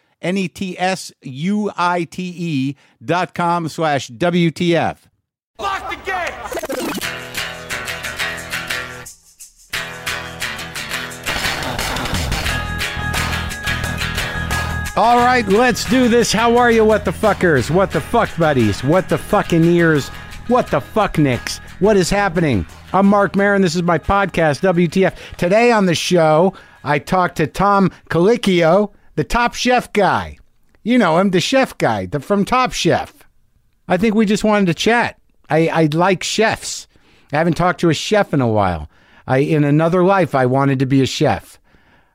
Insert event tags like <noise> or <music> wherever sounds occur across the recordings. N E T S U I T E dot com slash WTF. Lock the gate! All right, let's do this. How are you, what the fuckers? What the fuck buddies? What the fucking ears? What the fuck nicks? What is happening? I'm Mark Marin. This is my podcast, WTF. Today on the show, I talked to Tom Colicchio, the top chef guy. You know him, the chef guy the, from Top Chef. I think we just wanted to chat. I, I like chefs. I haven't talked to a chef in a while. I in another life I wanted to be a chef.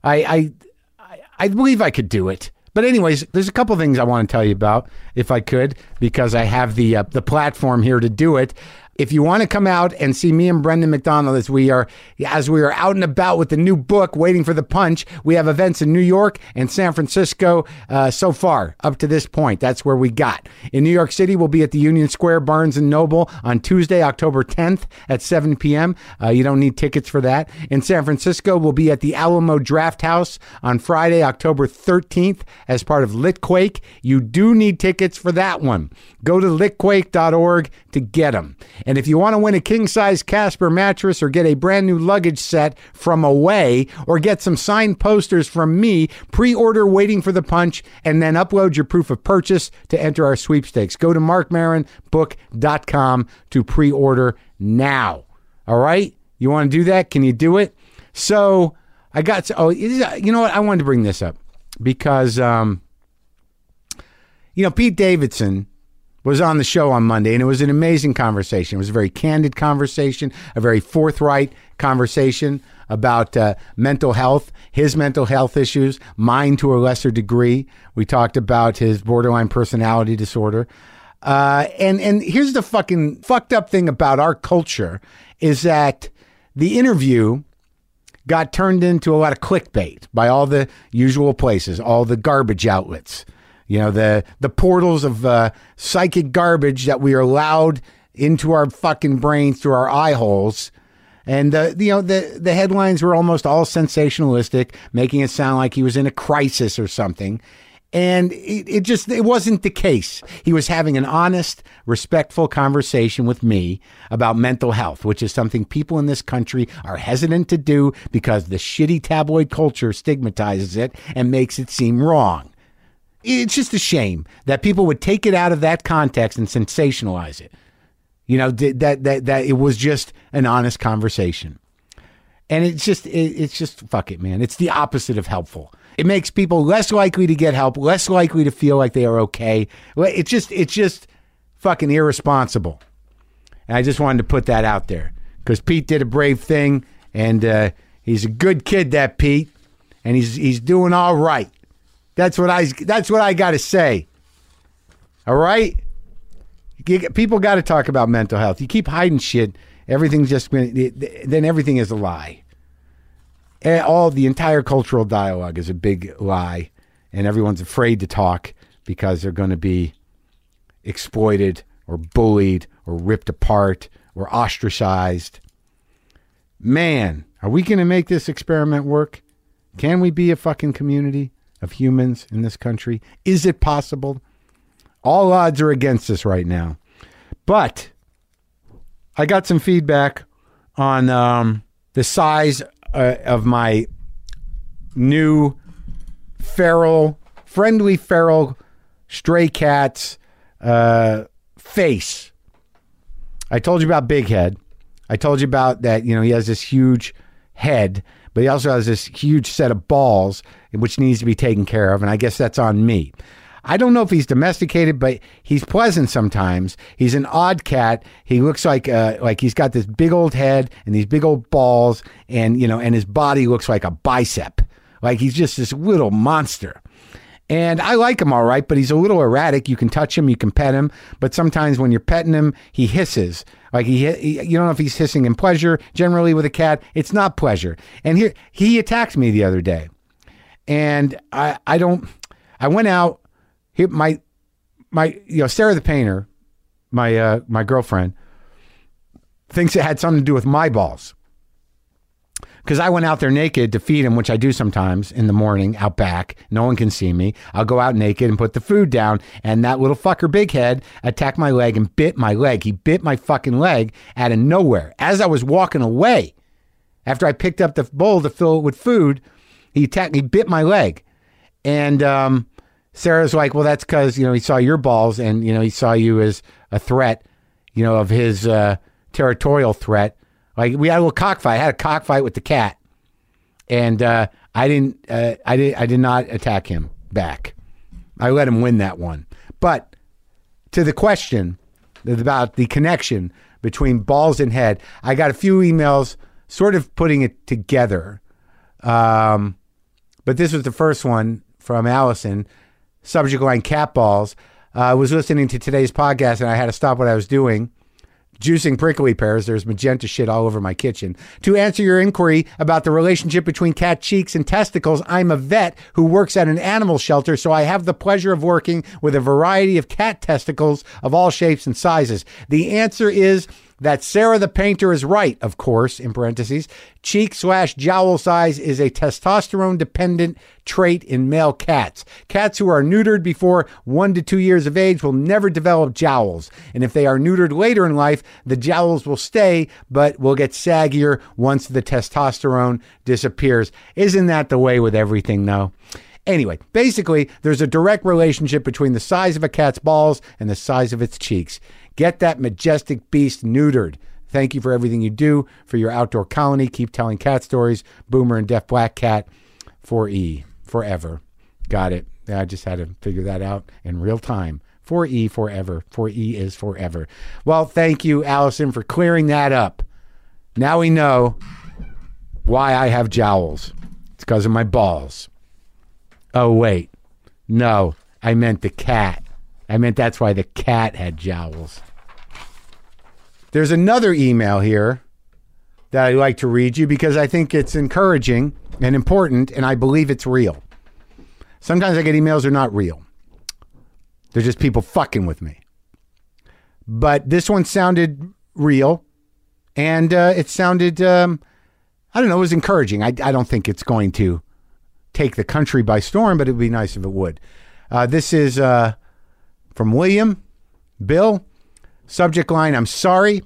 I I I, I believe I could do it. But anyways, there's a couple things I want to tell you about if I could because I have the uh, the platform here to do it. If you want to come out and see me and Brendan McDonald as we are as we are out and about with the new book, waiting for the punch, we have events in New York and San Francisco uh, so far up to this point. That's where we got. In New York City, we'll be at the Union Square Barnes and Noble on Tuesday, October 10th at 7 p.m. Uh, you don't need tickets for that. In San Francisco, we'll be at the Alamo Draft House on Friday, October 13th as part of Litquake. You do need tickets for that one. Go to litquake.org to get them. And if you want to win a king size Casper mattress or get a brand new luggage set from Away or get some signed posters from me, pre order Waiting for the Punch and then upload your proof of purchase to enter our sweepstakes. Go to markmarinbook.com to pre order now. All right? You want to do that? Can you do it? So I got, oh, you know what? I wanted to bring this up because, um, you know, Pete Davidson was on the show on Monday, and it was an amazing conversation. It was a very candid conversation, a very forthright conversation about uh, mental health, his mental health issues, mine to a lesser degree. We talked about his borderline personality disorder. Uh, and and here's the fucking fucked up thing about our culture is that the interview got turned into a lot of clickbait by all the usual places, all the garbage outlets, you know, the the portals of uh, psychic garbage that we are allowed into our fucking brains through our eye holes. And the you know the the headlines were almost all sensationalistic, making it sound like he was in a crisis or something. And it, it just it wasn't the case. He was having an honest, respectful conversation with me about mental health, which is something people in this country are hesitant to do because the shitty tabloid culture stigmatizes it and makes it seem wrong it's just a shame that people would take it out of that context and sensationalize it. You know th- that that that it was just an honest conversation, and it's just it, it's just fuck it, man. It's the opposite of helpful. It makes people less likely to get help, less likely to feel like they are okay. Le- It's just it's just fucking irresponsible. And I just wanted to put that out there because Pete did a brave thing, and uh, he's a good kid, that Pete, and he's he's doing all right. That's what I that's what I got to say. All right, You- people got to talk about mental health. You keep hiding shit, everything's just gonna- then everything is a lie. Eh, All the entire cultural dialogue is a big lie, and everyone's afraid to talk because they're going to be exploited or bullied or ripped apart or ostracized. Man, are we going to make this experiment work? Can we be a fucking community of humans in this country? Is it possible? All odds are against us right now. But I got some feedback on um, the size uh, of my new feral, friendly feral stray cat's uh, face I told you about Big Head. I told you about that, you know, he has this huge head, but he also has this huge set of balls, which needs to be taken care of. And I guess that's on me. I don't know if he's domesticated, but he's pleasant sometimes. He's an odd cat. He looks like uh, like he's got this big old head and these big old balls, and you know, and his body looks like a bicep. Like he's just this little monster. And I like him all right, but he's a little erratic. You can touch him, you can pet him, but sometimes when you're petting him, he hisses. Like he, he you don't know if he's hissing in pleasure. Generally, with a cat, it's not pleasure. And here, he attacked me the other day, and I, I don't. I went out. He, my, my, you know, Sarah the painter, my, uh, my girlfriend, thinks it had something to do with my balls because I went out there naked to feed him, which I do sometimes in the morning out back. No one can see me. I'll go out naked and put the food down, and that little fucker, Big Head, attacked my leg and bit my leg. He bit my fucking leg out of nowhere as I was walking away. After I picked up the bowl to fill it with food, he attacked. He bit my leg, and um, Sarah's like, "Well, that's because you know he saw your balls, and you know he saw you as a threat, you know, of his uh, territorial threat." Like we had a little cockfight. I had a cockfight with the cat, and uh, I didn't. Uh, I did. I did not attack him back. I let him win that one. But to the question about the connection between balls and head, I got a few emails sort of putting it together. Um, but this was the first one from Allison. Subject line cat balls. Uh, I was listening to today's podcast and I had to stop what I was doing. Juicing prickly pears. There's magenta shit all over my kitchen. To answer your inquiry about the relationship between cat cheeks and testicles, I'm a vet who works at an animal shelter, so I have the pleasure of working with a variety of cat testicles of all shapes and sizes. The answer is that Sarah the painter is right, of course, in parentheses. Cheek slash jowl size is a testosterone dependent trait in male cats. Cats who are neutered before one to two years of age will never develop jowls. And if they are neutered later in life, the jowls will stay, but will get saggier once the testosterone disappears. Isn't that the way with everything, though? Anyway, basically, there's a direct relationship between the size of a cat's balls and the size of its cheeks. Get that majestic beast neutered. Thank you for everything you do for your outdoor colony. Keep telling cat stories. Boomer and Deaf Black Cat for E forever. Got it. I just had to figure that out in real time. For E forever. For E is forever. Well, thank you, Allison, for clearing that up. Now we know why I have jowls. It's because of my balls. Oh, wait. No, I meant the cat. I meant that's why the cat had jowls. There's another email here that I'd like to read you because I think it's encouraging and important, and I believe it's real. Sometimes I get emails that are not real, they're just people fucking with me. But this one sounded real, and uh, it sounded, um, I don't know, it was encouraging. I, I don't think it's going to take the country by storm, but it would be nice if it would. Uh, this is uh, from William. Bill, subject line I'm sorry.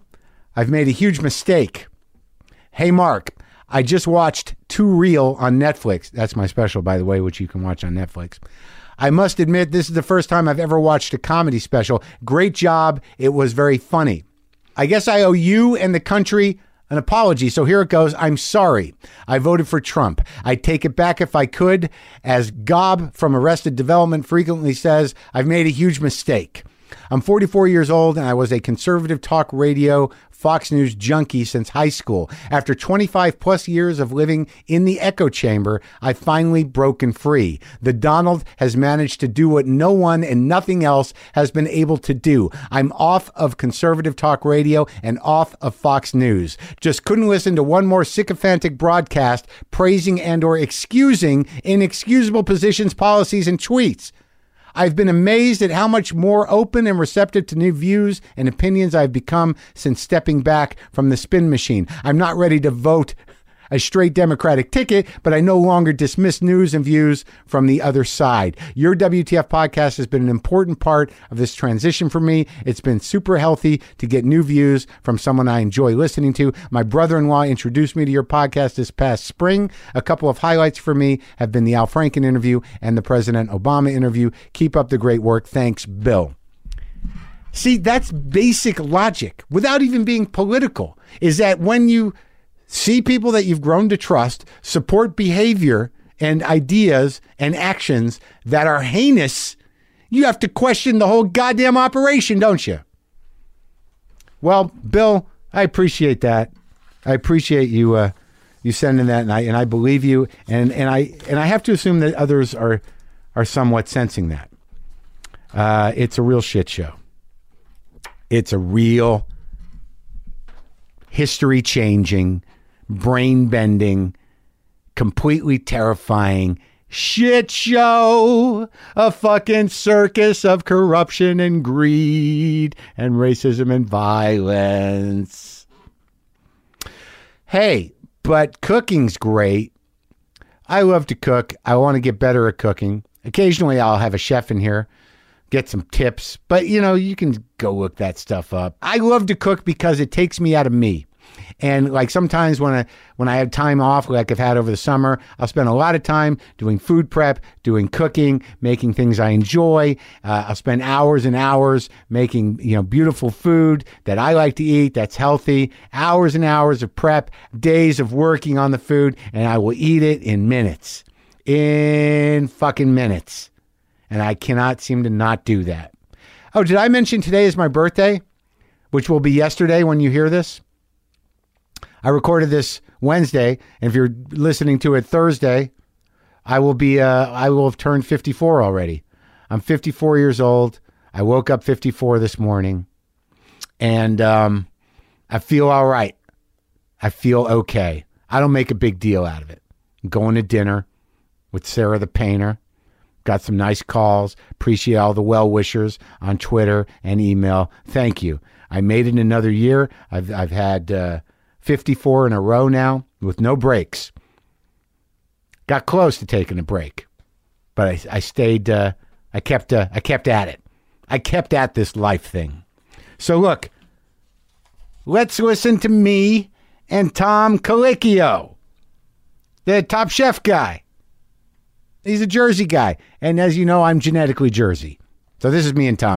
I've made a huge mistake. Hey, Mark, I just watched Too Real on Netflix. That's my special, by the way, which you can watch on Netflix. I must admit, this is the first time I've ever watched a comedy special. Great job. It was very funny. I guess I owe you and the country an apology. So here it goes. I'm sorry. I voted for Trump. I'd take it back if I could. As Gob from Arrested Development frequently says, I've made a huge mistake. I'm 44 years old and I was a conservative talk radio Fox News junkie since high school. After 25 plus years of living in the echo chamber, I've finally broken free. The Donald has managed to do what no one and nothing else has been able to do. I'm off of conservative talk radio and off of Fox News. Just couldn't listen to one more sycophantic broadcast praising and or excusing inexcusable positions, policies, and tweets. I've been amazed at how much more open and receptive to new views and opinions I've become since stepping back from the spin machine. I'm not ready to vote a straight Democratic ticket, but I no longer dismiss news and views from the other side. Your WTF podcast has been an important part of this transition for me. It's been super healthy to get new views from someone I enjoy listening to. My brother in law introduced me to your podcast this past spring. A couple of highlights for me have been the Al Franken interview and the President Obama interview. Keep up the great work. Thanks, Bill. See, that's basic logic without even being political. Is that when you see people that you've grown to trust support behavior and ideas and actions that are heinous, you have to question the whole goddamn operation, don't you? Well, Bill, I appreciate that. I appreciate you uh, you sending that, and I and I believe you, and and I and I have to assume that others are are somewhat sensing that. Uh, it's a real shit show. It's a real history changing, brain bending, completely terrifying shit show. A fucking circus of corruption and greed and racism and violence. Hey, but cooking's great. I love to cook. I want to get better at cooking. Occasionally, I'll have a chef in here, get some tips, but you know, you can go look that stuff up. I love to cook because it takes me out of me. And like sometimes when I when I have time off, like I've had over the summer, I'll spend a lot of time doing food prep, doing cooking, making things I enjoy. Uh, I'll spend hours and hours making you know beautiful food that I like to eat that's healthy. Hours and hours of prep, days of working on the food, and I will eat it in minutes, in fucking minutes. And I cannot seem to not do that. Oh, did I mention today is my birthday, which will be yesterday when you hear this? I recorded this Wednesday, and if you're listening to it Thursday, I will be uh, I will have turned 54 already. I'm 54 years old. I woke up 54 this morning, and um, I feel all right. I feel okay. I don't make a big deal out of it. I'm going to dinner with Sarah the painter. Got some nice calls. Appreciate all the well wishers on Twitter and email. Thank you. I made it another year. I've, I've had uh, 54 in a row now with no breaks. Got close to taking a break, but I, I stayed. Uh, I kept. Uh, I kept at it. I kept at this life thing. So look, let's listen to me and Tom Colicchio, the Top Chef guy. He's a Jersey guy. And as you know, I'm genetically Jersey. So this is me and Tom.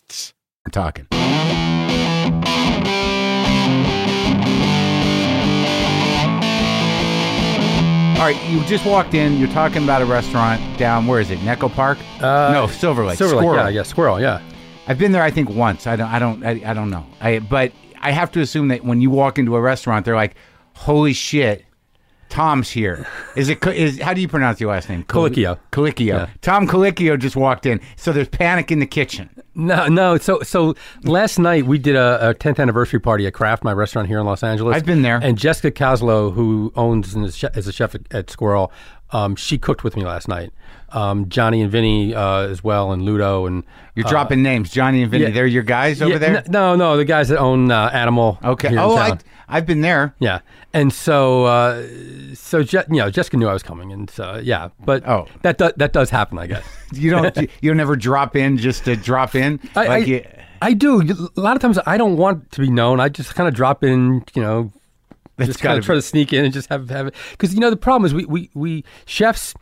I'm talking. All right, you just walked in. You're talking about a restaurant down. Where is it? Necco Park? Uh, no, Silver Lake. Silver Lake, Squirrel. yeah, yeah, squirrel, yeah. I've been there. I think once. I don't. I don't. I, I don't know. I. But I have to assume that when you walk into a restaurant, they're like, "Holy shit, Tom's here." Is it? <laughs> Co- Is how do you pronounce your last name? Col- Colicchio. Colicchio. Yeah. Tom Colicchio just walked in. So there's panic in the kitchen. No, no. So, so last night we did a, a 10th anniversary party at Kraft, my restaurant here in Los Angeles. I've been there. And Jessica Coslow, who owns and is, chef, is a chef at, at Squirrel, um, she cooked with me last night. Um, Johnny and Vinny uh, as well, and Ludo and You're dropping names, Johnny and Vinny. They're your guys over Uh, Yeah, there. n- No, no, the guys that own uh, Animal. okay. here in Oh, town. I, I've been there. Yeah, and so uh, so Je- you know Jessica knew I was coming, and so yeah, but Oh. that do- that does happen, I guess. You <laughs> don't. you, you never drop in just to drop in. I, like I, you, I do. A lot of times I don't want to be known. I just kind of drop in, you know, just kind gotta of try to sneak in and just have have it. Because you know the problem is we, we we chefs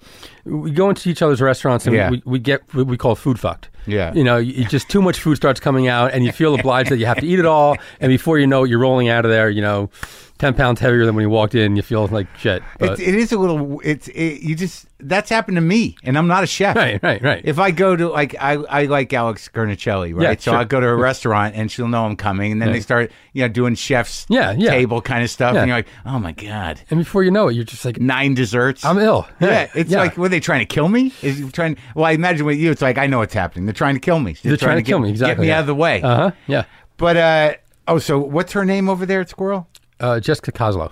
we go into each other's restaurants and Yeah. we, we get what we call food fucked. Yeah. you know, you, just <laughs> too much food starts coming out and you feel obliged that you have to eat it all. And before you know it, you're rolling out of there. You know, ten pounds heavier than when you walked in. You feel like shit. But, It, it is a little. It's it, you just that's happened to me, and I'm not a chef. right, right, right. If I go to like I, I like Alex Gernicelli, right? Yeah, so sure. I go to a restaurant and she'll know I'm coming, and then they start you know doing chef's Yeah, yeah. table kind of stuff, Yeah. and you're like, oh my god, and before you know it, you're just like, nine desserts. I'm ill. Yeah, it's Yeah. like were they trying to kill me? Is it trying? Well, I imagine with you, it's like I know what's happening. They're trying to kill me. they're trying to get, kill me. Exactly. Get me yeah. out of the way. Uh huh. Yeah. But uh, oh, so what's her name over there at Squirrel? Uh, Jessica Coslow.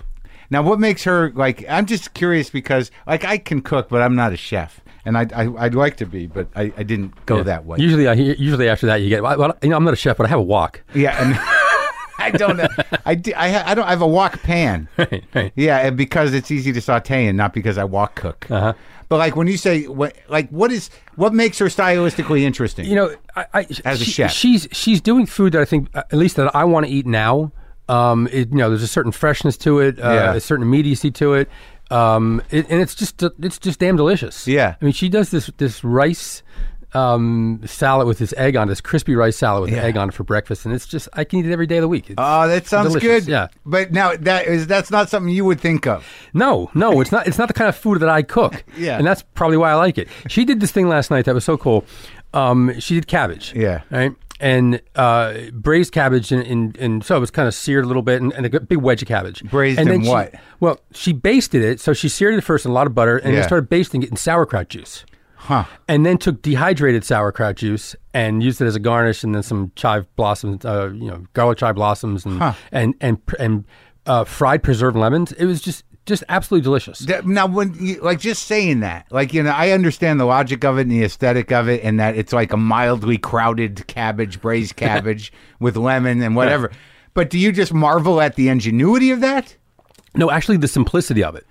Now, what makes her like? I'm just curious because like I can cook, but I'm not a chef, and I, I I'd like to be, but I, I didn't go Yeah. that way. Usually, I hear, usually after that, you get. Well, you know, I'm not a chef, but I have a <laughs> walk. yeah, and <laughs> I don't know. I, do, I ha- I don't I have a wok pan. <laughs> Right, right. Yeah, and because it's easy to saute and not because I wok cook. Uh-huh. But like when you say what, like what is what makes her stylistically interesting? you know, I, I As a she- chef. she's she's doing food that I think uh, at least that I want to eat now. Um, it, you know, there's a certain freshness to it, uh, Yeah. a certain immediacy to it, um, it, and it's just it's just damn delicious. Yeah. I mean, she does this this rice um, salad with this egg on it, this crispy rice salad with Yeah. egg on it for breakfast, and it's just I can eat it every day of the week. It's- Oh, that sounds delicious, good. yeah. But now that is that's not something you would think of. No, no, it's not. It's not the kind of food that I cook. <laughs> Yeah. and that's probably why I like it. She did this thing last night that was so cool. Um, she did cabbage. Yeah. right. And uh, braised cabbage, and, and, and so it was kind of seared a little bit, and, and a big wedge of cabbage. Braised and in she- what? well, she basted it, so she seared it first in a lot of butter, and Yeah. then started basting it in sauerkraut juice, Huh. and then took dehydrated sauerkraut juice and used it as a garnish, and then some chive blossoms, uh, you know, garlic chive blossoms, and and and pr- and uh, fried preserved lemons. It was just just absolutely delicious. That- Now, when you, like just saying that, like you know, I understand the logic of it and the aesthetic of it, and that it's like a mildly crowded cabbage, braised <laughs> cabbage with lemon and whatever. But do you just marvel at the ingenuity of that? No, actually, the simplicity of it.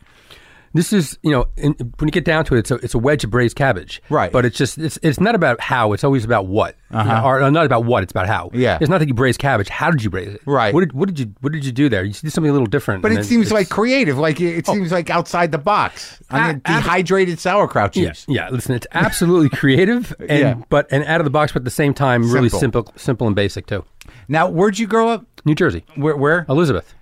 This is, you know, in, when you get down to it, it's a, it's a wedge of braised cabbage. Right. But it's just, it's, it's not about how, it's always about what. Uh-huh. Or, or not about what, it's about how. Yeah. It's not that you braise cabbage. How did you braise it? Right. What did, what did you What did you do there? You did something a little different. But and it then seems it's- Oh. like creative. Like it, it seems like outside the box. I A- mean, ab- dehydrated sauerkraut Yeah, juice. yeah, listen, it's <laughs> absolutely creative and Yeah. but and out of the box, but at the same time, really Simple. simple, simple and basic too. Now, where'd you grow up? New Jersey, Where? Where? Elizabeth.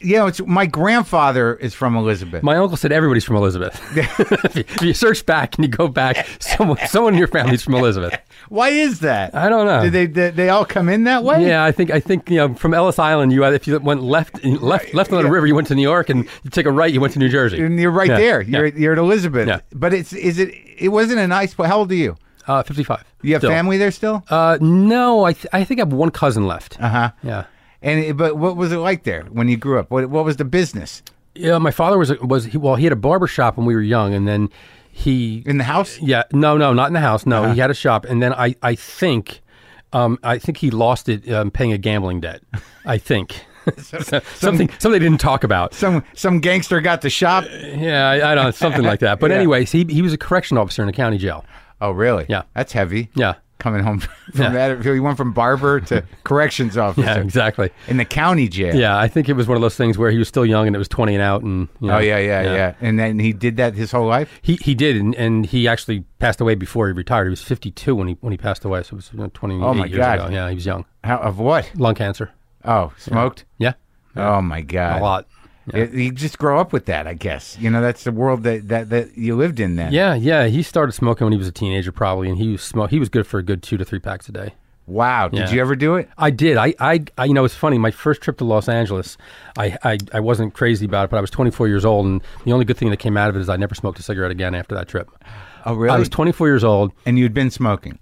Yeah, it's my grandfather is from Elizabeth. My uncle said everybody's from <laughs> Elizabeth. if, you, if you search back and you go back, someone, someone in your family's from Elizabeth. Why is that? I don't know. Did they, they they all come in that way? Yeah, I think I think you know from Ellis Island, you either- if you went left left left on the river, you went to New York, and you take a right, you went to New Jersey. and you're right Yeah, there. You're yeah. you're at Elizabeth. Yeah. But it's is it it wasn't a nice. place. How old are you? uh, fifty-five. You have still. family there still? Uh, no, I th- I think I have one cousin left. Uh huh. Yeah. And it- but what was it like there when you grew up? What what was the business Yeah, my father was was he, well, he had a barber shop when we were young, and then he in the house? yeah no no not in the house no Uh-huh. he had a shop, and then I I think um I think he lost it um, paying a gambling debt. I think. <laughs> something something they didn't talk about. Some some gangster got the shop. Yeah, I, I don't know, something like that. But <laughs> Yeah. anyways, he he was a correction officer in a county jail. Oh really? Yeah. That's heavy. Yeah. Coming home <laughs> from Yeah. that, you went from barber <laughs> to corrections officer Yeah, exactly. in the county jail. Yeah, I think it was one of those things where he was still young and it was 20 and out. And you know, Oh yeah, yeah, yeah, And then he did that his whole life. He he did, and, and he actually passed away before he retired. He was 52 when he when he passed away, so it was you know, 28 Oh my years God. ago. Yeah, he was young. How, of what? Lung cancer. Oh, smoked. Yeah, Oh my god. a lot. It- you just grow up with that, I guess. You know, that's the world that that, that you lived in then. Yeah, yeah. He started smoking when he was a teenager, probably, and he was smoke. He was good for a good two to three packs a day. Wow. Did Yeah. you ever do it? I did. I, I, I, you know, it's funny. My first trip to Los Angeles, I, I, I wasn't crazy about it, but I was 24 years old, and the only good thing that came out of it is I never smoked a cigarette again after that trip. Oh really? I was 24 years old. and you'd been smoking.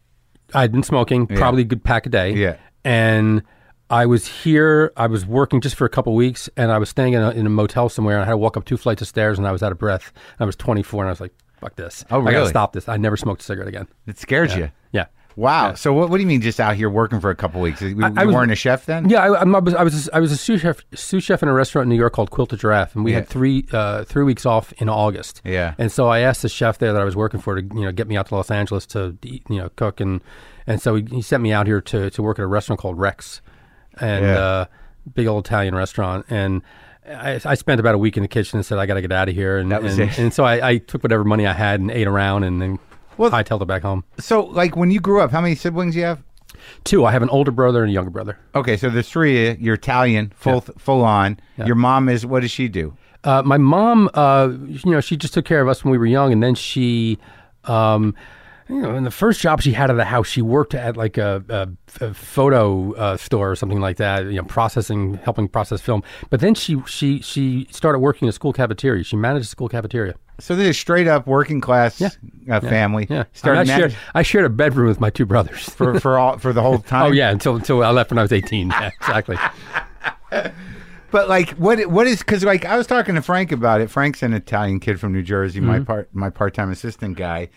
I'd been smoking probably a good pack a day. Yeah. And I was here. I was working just for a couple weeks, and I was staying in a, in a motel somewhere. And I had to walk up two flights of stairs, and I was out of breath. I was 24, and I was like, "Fuck this! Oh, I really? gotta stop this. I never smoked a cigarette again." It scared you. Yeah. Wow. So what, what do you mean just out here working for a couple weeks? You, I you was- weren't a chef then? Yeah, I, I'm- I was I was I was a sous chef sous chef in a restaurant in New York called Quilted Giraffe, and we had Yeah. three uh, three weeks off in August. Yeah. and so I asked the chef there that I was working for to you know get me out to Los Angeles to eat, you know cook and and so he, he sent me out here to to work at a restaurant called Rex, and Yeah. uh, big old Italian restaurant and. I, I spent about a week in the kitchen and said I got to get out of here, and That was and, it. and so I, I took whatever money I had and ate around, and then Well- I hightailed it back home. So like when you grew up, how many siblings you have? Two, I have an older brother and a younger brother. Okay, so there's three. You're Italian, full full on. Your mom is. What does she do? Uh, my mom, uh, you know, she just took care of us when we were young, and then she, um, you know, in the first job she had at the house, she worked at like a, a, a photo uh, store or something like that, you know, processing, helping process film. But then she she she started working in a school cafeteria. She managed a school cafeteria. So this is straight up working class uh, family. Yeah, Starting And I that shared I shared a bedroom with my two brothers. <laughs> for for all for the <laughs> whole time. oh yeah, until until I left when I was eighteen. Yeah, exactly. But like, what what is because like I was talking to Frank about it. Frank's an Italian kid from New Jersey, Mm-hmm. my part my part time assistant guy,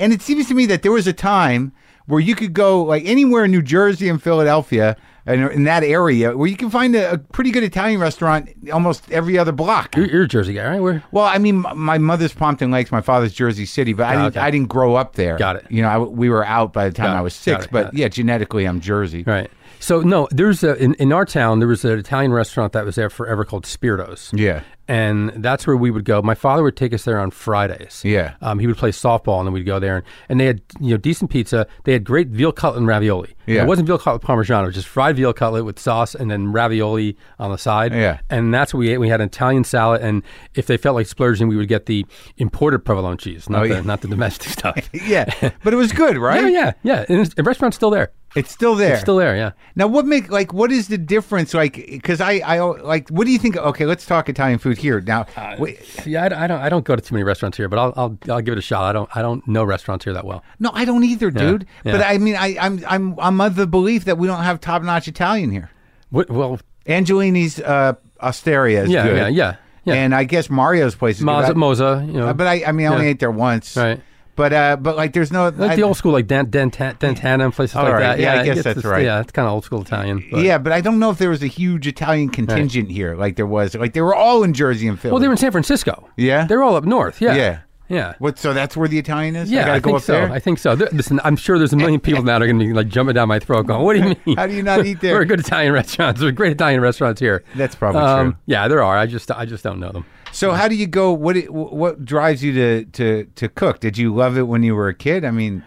and it seems to me that there was a time where you could go like anywhere in New Jersey and Philadelphia and in that area where you can find a, a pretty good Italian restaurant almost every other block. You're, you're a Jersey guy, right? Where? Well, I mean, m- my mother's Pompton Lakes, my father's Jersey City, but I didn't, okay. I didn't grow up there. Got it. You know, I, we were out by the time Got I it, was six, got it, but got it. yeah, genetically I'm Jersey. Right. So no, there's a in, in our town there was an Italian restaurant that was there forever called Spiritos. Yeah. And that's where we would go. My father would take us there on Fridays. Yeah. <laughs> Um, he would play softball and then we'd go there and, and they had you know decent pizza. They had great veal cutlet and ravioli. Yeah. It wasn't veal cutlet parmesan, it was just fried veal cutlet with sauce and then ravioli on the side. Yeah. And that's what we ate. We had an Italian salad and if they felt like splurging we would get the imported provolone cheese, not Oh, the yeah. not the <laughs> domestic <laughs> stuff. Oh, Yeah, but it was good, right? yeah, yeah, yeah. And the restaurant's still there. It's still there. Still there, yeah. Now, what make like what is the difference? Like, because I, I like, what do you think? Okay, let's talk Italian food here now. wait, Yeah, I, I don't. I don't go to too many restaurants here, but I'll, I'll I'll give it a shot. I don't. I don't know restaurants here that well. no, I don't either, dude. But yeah. I mean, I, I'm I'm I'm of the belief that we don't have top notch Italian here. What, well, Angelini's uh, Osteria is yeah, good. yeah, yeah, yeah. And I guess Mario's place is Moza, good. Moza, you know, I- Uh, but I, I mean, I only Yeah. ate there once. Right. But uh, but like, there's no like I- the old school, like Dan, Dan, Dantana and places All like right, that. yeah, I it guess gets that's this- right. Yeah, it's kind of old school Italian. but- Yeah, but I don't know if there was a huge Italian contingent here, like there was. Like they were all in Jersey and Philly. Well, they were in San Francisco. Yeah? they're all up north. Yeah, Yeah. yeah. What? So that's where the Italian is. Yeah, I gotta go think up so. there. I think so. There- listen, I'm sure there's a million people now that are going to be like jumping down my throat, going, "What do <laughs> you mean? How do you not eat there?" there are good Italian restaurants. There are great Italian restaurants here. Um, That's probably true. Yeah, there are. I just, I just don't know them. So how do you go? What it- what drives you to to to cook? Did you love it when you were a kid? I mean,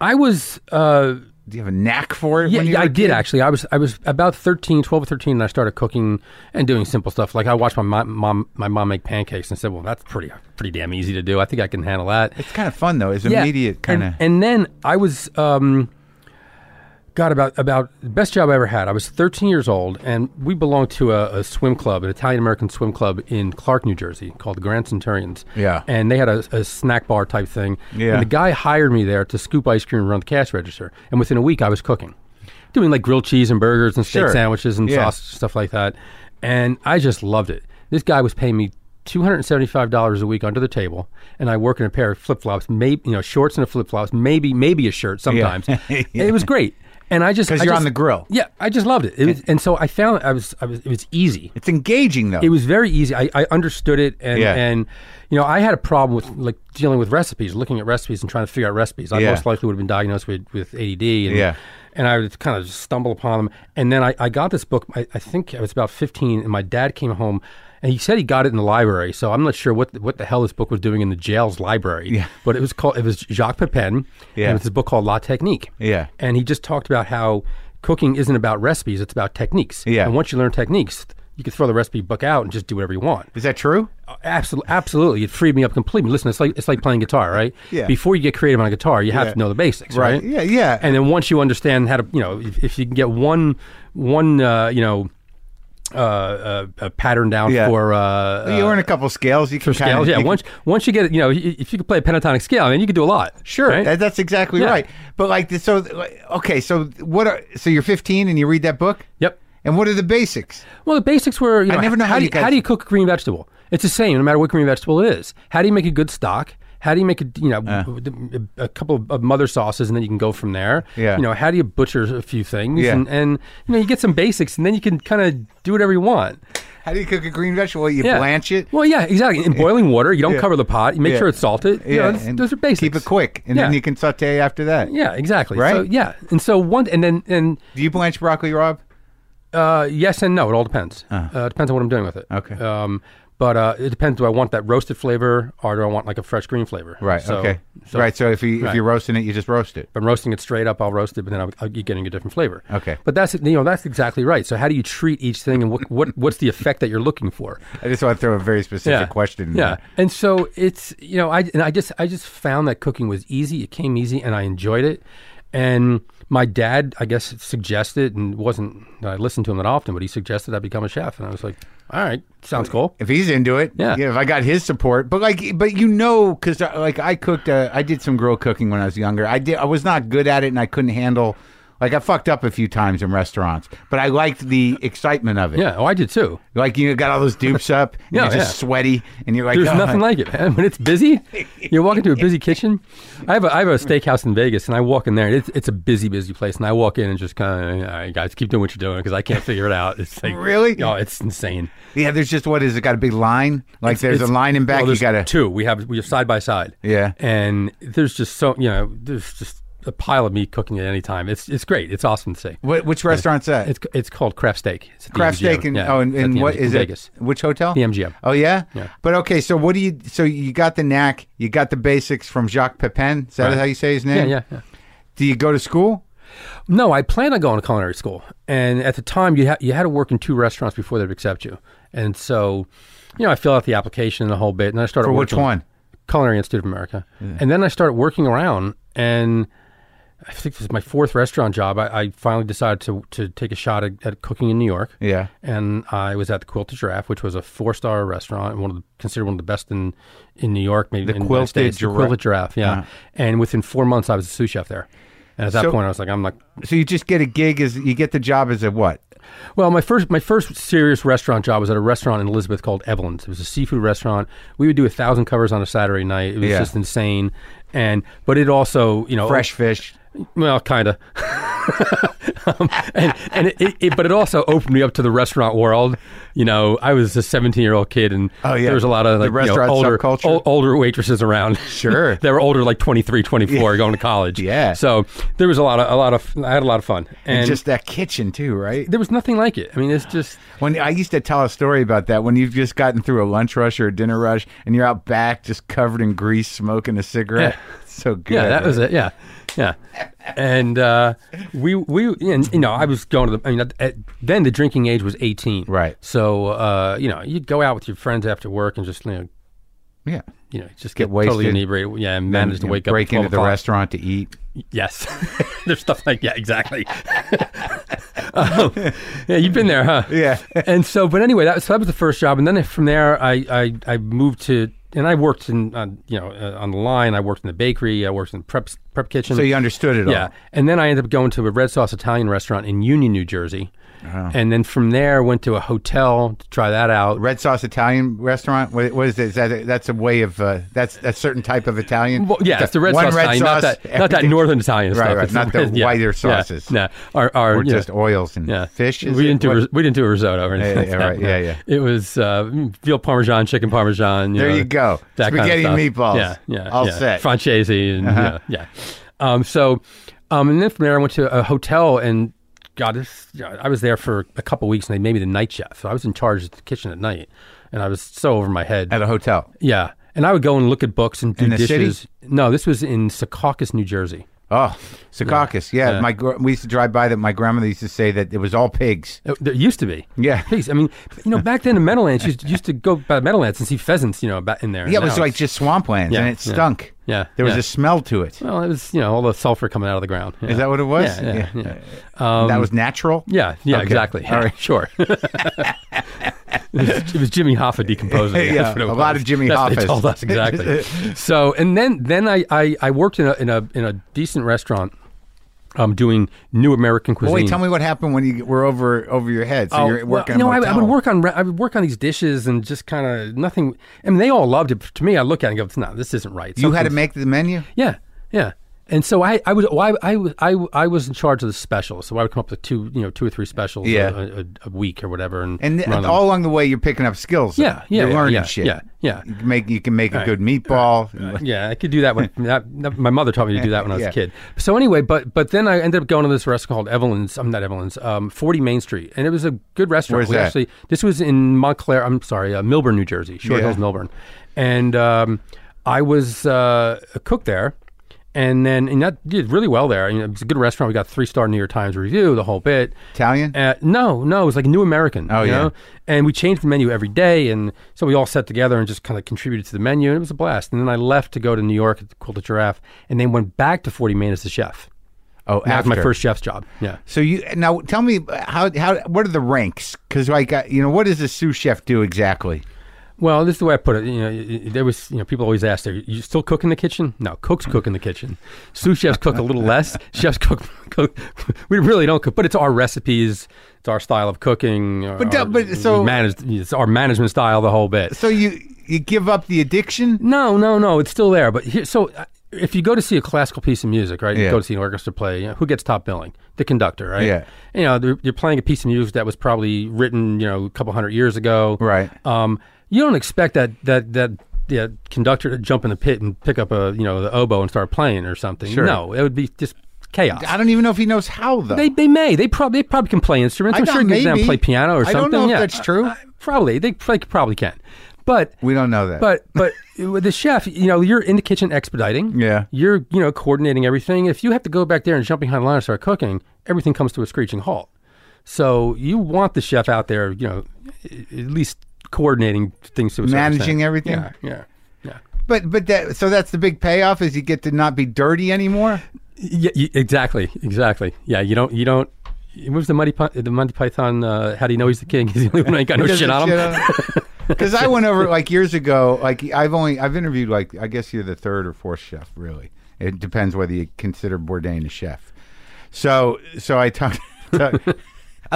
I was. uh do you have a knack for it? Yeah, when you yeah, were I a did kid? actually. I was I was about 13, 12 or 13 and I started cooking and doing simple stuff. Like I watched my mom, mom my mom make pancakes and said, "Well, that's pretty pretty damn easy to do. I think I can handle that." It's kind of fun though. It's Yeah. immediate kind of. And, and then I was um got about about the best job I ever had. I was 13 years old and we belonged to a, a swim club, an Italian American swim club in Clark, New Jersey called the Grand Centurions. Yeah. And they had a, a snack bar type thing. Yeah. And the guy hired me there to scoop ice cream and run the cash register. And within a week I was cooking. Doing like grilled cheese and burgers and steak Sure. sandwiches and Yeah. sausage stuff like that. And I just loved it. This guy was paying me $275 a week under the table, and I work in a pair of flip flops, maybe, you know, shorts and a flip flops, maybe, maybe a <laughs> shirt sometimes. It was great. And I just, 'Cause I you're just- on the grill. Yeah. I just loved it. it was, and so I found I was, I was, it was easy. it's engaging though. It was very easy. I, I understood it, and Yeah. and you know I had a problem with like dealing with recipes, looking at recipes, and trying to figure out recipes. I Yeah. most likely would have been diagnosed with with ADD, and, Yeah. and I would kind of just stumble upon them. And then I, I got this book. I, I think I was about fifteen, and my dad came home. And he said he got it in the library, so I'm not sure what the, what the hell this book was doing in the jail's library. Yeah. But it was called it was Jacques Pepin, Yeah. and it's a book called La Technique. Yeah. And he just talked about how cooking isn't about recipes; it's about techniques. Yeah. And once you learn techniques, you can throw the recipe book out and just do whatever you want. Is that true? Oh. Absolutely, absolutely, it freed me up completely. Listen, it's like it's like playing guitar, right? Yeah. Before you get creative on a guitar, you have Yeah. to know the basics, Right. right? Yeah, yeah. And then once you understand how to, you know, if, if you can get one one, uh, you know, uh, uh, a pattern down Yeah. for uh, you uh, earn a couple scales. You can for scales, kinda, yeah. you can- Once once you get it, you know, y- y- if you can play a pentatonic scale, then you can do a lot. Sure, right? that, that's exactly Yeah. right. But like, the- so like, okay, so what are so you're 15 and you read that book? Yep. And what are the basics? Well, the basics were. You I know, never know how do you you, guys- how do you cook a green vegetable. It's the same, no matter what green vegetable it is. How do you make a good stock? How do you make a you know Uh. a, a couple of- of mother sauces, and then you can go from there. Yeah. You know, how do you butcher a few things? Yeah. And, and you know, you get some basics, and then you can kind of do whatever you want. How do you cook a green vegetable? You Yeah. blanch it. Well, yeah, exactly. In boiling water, you don't cover the pot. You make Yeah. sure it's salted. You know, that's- and those are basics. Keep it quick, and then Yeah. you can saute after that. Yeah, exactly. So, Right? yeah, and so one, and then and Do you blanch broccoli, Rob? Uh, yes and no. It all depends. Uh, it depends on what I'm doing with it. Ah. Okay. Um, But uh, it depends. Do I want that roasted flavor or do I want like a fresh green flavor? Right. So- okay. So right. So if you if right. you're roasting it, you just roast it. if I'm roasting it straight up, I'll roast it, but then I'll, I'll be getting a different flavor. Okay. But that's you know that's exactly right. So how do you treat each thing, and what, what what's the effect that you're looking for? I just want to throw a very specific question. in Yeah. there. And so it's you know I and I just I just found that cooking was easy. It came easy, and I enjoyed it. And my dad, I guess, suggested and it wasn't that I listened to him that often, but he suggested I become a chef, and I was like, all right, sounds cool. If he's into it, Yeah. If I got his support, but like, but you know, because like I cooked, uh, I did some grill cooking when I was younger. I did. I was not good at it, and I couldn't handle. Like I fucked up a few times in restaurants, but I liked the excitement of it. Yeah. Oh, I did too. Like you got all those dupes up, and Yeah, you're just yeah. sweaty, and you're like, There's "Oh, nothing like it, man. When it's busy, you walk into a busy kitchen. I have a, I have a steakhouse in Vegas, and I walk in there. and It's, it's a busy, busy place, and I walk in and just kind of, all right, guys, keep doing what you're doing because I can't figure it out. It's like Really? oh, it's insane. Yeah, there's just what is it? Got a big line? Like there's It's- a line in back. well, you there's got to. two. We have we have side by side. Yeah. and there's just so you know there's just a pile of meat cooking at any time. It's it's great. It's awesome to see. What, which restaurant's that? It's it's called Kraft Steak. It's at the Craft MGM. steak and Yeah, oh, and, it's at and the what MGM, is Vegas. it? Which hotel? The MGM. Oh yeah. Yeah. But okay, so what do you? So you got the knack. You got the basics from Jacques Pepin. Is that Right. how you say his Yeah, name? yeah, yeah. Do you go to school? No, I plan on going to culinary school, and at the time you ha- you had to work in two restaurants before they'd accept you, and so, you know, I filled out the application and the whole bit, and I started For which working- one? Culinary Institute of America, and then I started working around, and I think this is my fourth restaurant job. I, I finally decided to to take a shot at, at cooking in New York, Yeah. and I was at the Quilted Giraffe, which was a four star restaurant, and one of the, considered one of the best in in New York, maybe The in Quilted States. The Giraffe. Quilted Giraffe, yeah. And within four months, I was a sous chef there. And at that So- point, I was like, I'm like, So you just get a gig as you get the job as a what? Well, my first my first serious restaurant job was at a restaurant in Elizabeth called Evelyn's. It was a seafood restaurant. We would do a thousand covers on a Saturday night. It was Yeah. just insane, and but it also you know Fresh fish. well, kind of. <laughs> um, and and it, it, it- but it also opened me up to the restaurant world. You know, I was a 17 year old kid, and Oh, yeah. there was a lot of The like you know, restaurant older subculture. ol- older waitresses around. Sure. <laughs> they were older, like 23, 24, going to college. Yeah. so there was a lot of a lot of I had a lot of fun, and, And just that kitchen too, right? there was nothing like it. I mean, it's just. When I used to tell a story about that, when you've just gotten through a lunch rush or a dinner rush, and you're out back just covered in grease, smoking a cigarette. Yeah. So good. Yeah, that was it. Yeah, yeah. And uh, we we and you know I was going to the. I mean, at, at, then the drinking age was eighteen. Right. So uh, you know you'd go out with your friends after work and just you know Yeah. you know just Get get, totally wasted. inebriated. Yeah, and manage to You know, wake up. at break into 12 the o'clock. restaurant to eat. Yes. <laughs> There's stuff like yeah, <laughs> exactly. um, yeah, you've been there, huh? Yeah. and so, but anyway, that, so that was the first job, and then from there, I I, I moved to. And I worked in, uh, you know, uh, on the line. I worked in the bakery. I worked in prep prep kitchen. So you understood it all. Yeah, and then I ended up going to a red sauce Italian restaurant in Union, New Jersey, and then from there went to a hotel to try that out. Red Sauce Italian restaurant. What, what is it? Is that a, that's a way of uh, that's a certain type of Italian. Well, yeah, The it's the red one sauce red Italian, sauce. not that not that everything- northern Italian Right, stuff. right, It's not the red- yeah, whiter yeah, sauces. No, our our or you know, just oils and yeah, fish. Is we it? didn't do What- ris- we didn't do a risotto or anything. yeah, like yeah, that, right, no. yeah, yeah. It was uh, veal parmesan, chicken parmesan. There know, you go. that kind of Spaghetti stuff. and meatballs. Yeah, yeah, All yeah. set. Uh-huh. Francesi and yeah, yeah. Um, so, um, and then from there, I went to a hotel and God, this, yeah, I was there for a couple weeks, and they made me the night chef. So I was in charge of the kitchen at night, and I was so over my head. at a hotel. yeah, and I would go and look at books and do Uh, In the city? dishes. No, this was in Secaucus, New Jersey. Oh, Secaucus. Yeah, Yeah. my gr- we used to drive by that. My grandmother used to say that it was all pigs. Uh, There used to be. Yeah. Pigs. I mean, you know, back then in Meadowlands, you used- used to go by Meadowlands and see pheasants, you know, about in there. Yeah, it Now was like it's- just swamplands, Yeah, and it yeah. stunk. Yeah, there was yeah. a smell to it. Well, it was, you know, all the sulfur coming out of the ground. Is that what it was? Yeah, yeah, Yeah. yeah. Um, that was natural. yeah, yeah, Okay. exactly. All right. <laughs> Sure. it, was, it was Jimmy Hoffa decomposing. <laughs> Yeah, That's what it a was. lot of Jimmy That's what They Hoffas. told <laughs> us exactly. so, and then then I, I, I worked in a in a in a decent restaurant, um, doing new American cuisine. Well, wait, tell me what happened when you were over over your head. So you're working. Oh, a Well, you know, I, I motel. would work on re- I would work on these dishes and just kind of nothing. I mean, they all loved it. To me, I look at it and go, "No, this isn't right." You had to Something's- make the menu. yeah, yeah. And so I, I was, well, I, I, was- I, I was in charge of the specials. So I would come up with two, you know, two or three specials a- Yeah. a, a, a week or whatever, and And, run and them. all along the way, you're picking up skills. yeah, yeah, you're yeah, learning yeah, shit. Yeah, yeah. You can make you can make a good meatball. <laughs> yeah, I could do <laughs> that when that, that- my mother taught me to do that when I was Yeah. a kid. So anyway, but but then I ended up going to this restaurant called Evelyn's. I'm not Evelyn's. Um, 40 Main Street, and it was a good restaurant. Where's We that? Actually, this was in Montclair. I'm sorry, uh, Milburn, New Jersey, Short Yeah. Hills, Milburn, and um, I was uh, a cook there. And then, and that did really well there. I mean, it was a good restaurant. We got three star New York Times review, the whole bit. Italian? Uh, no, no, it was like New American. Oh, you yeah. know? And we changed the menu every day, and so we all sat together and just kind of contributed to the menu, and it was a blast. And then I left to go to New York at the Quilt of Giraffe, and then went back to Forty Main as the chef. Oh, That was my after. first chef's job. Yeah. So you now tell me how how what are the ranks? Because like uh, you know, what does a sous chef do exactly? Well, this is the way I put it. You know, y- y- there was you know people always ask, "Are you still cook in the kitchen?" No, cooks cook in the kitchen. Sous chefs cook <laughs> a little less. Chefs cook, cook. We really don't cook, but it's our recipes. It's our style of cooking. But our, don't- but so- manage, it's our management style, the whole bit. So you you give up the addiction? No, no, no. It's still there. But here, so uh, if you go to see a classical piece of music, right? Yeah. You go to see an orchestra play. You know, who gets top billing? The conductor, right? Yeah. You know, they're, you're playing a piece of music that was probably written, you know, a couple hundred years ago. Right. Um, you don't expect that that that yeah, conductor to jump in the pit and pick up a you know the oboe and start playing or something. Sure. No, it would be just chaos. I don't even know if he knows how though. They, they may. They probably they probably can play instruments. I I'm thought sure they can down maybe. play piano or I something. don't know if yeah. that's true. Uh, probably they, they probably can, but we don't know that. but but with the chef, you know, you're in the kitchen expediting. Yeah. You're, you know, coordinating everything. If you have to go back there and jump behind the line and start cooking, everything comes to a screeching halt. So you want the chef out there, you know, a- at least coordinating things to a certain Managing extent. everything? Yeah, yeah, yeah. but but that so that's the big payoff is you get to not be dirty anymore. Yeah, y- exactly, exactly. Yeah, you don't, you don't. What was the Monty, Pyth- the Monty Python? Uh, how do you know he's the king? <laughs> He's the only one who ain't <laughs> got no Oh, shit on him. <laughs> Because I went over like years ago. Like I've only I've interviewed like I guess you're the third or fourth chef. Really, it depends whether you consider Bourdain a chef. So so I talked. <laughs> I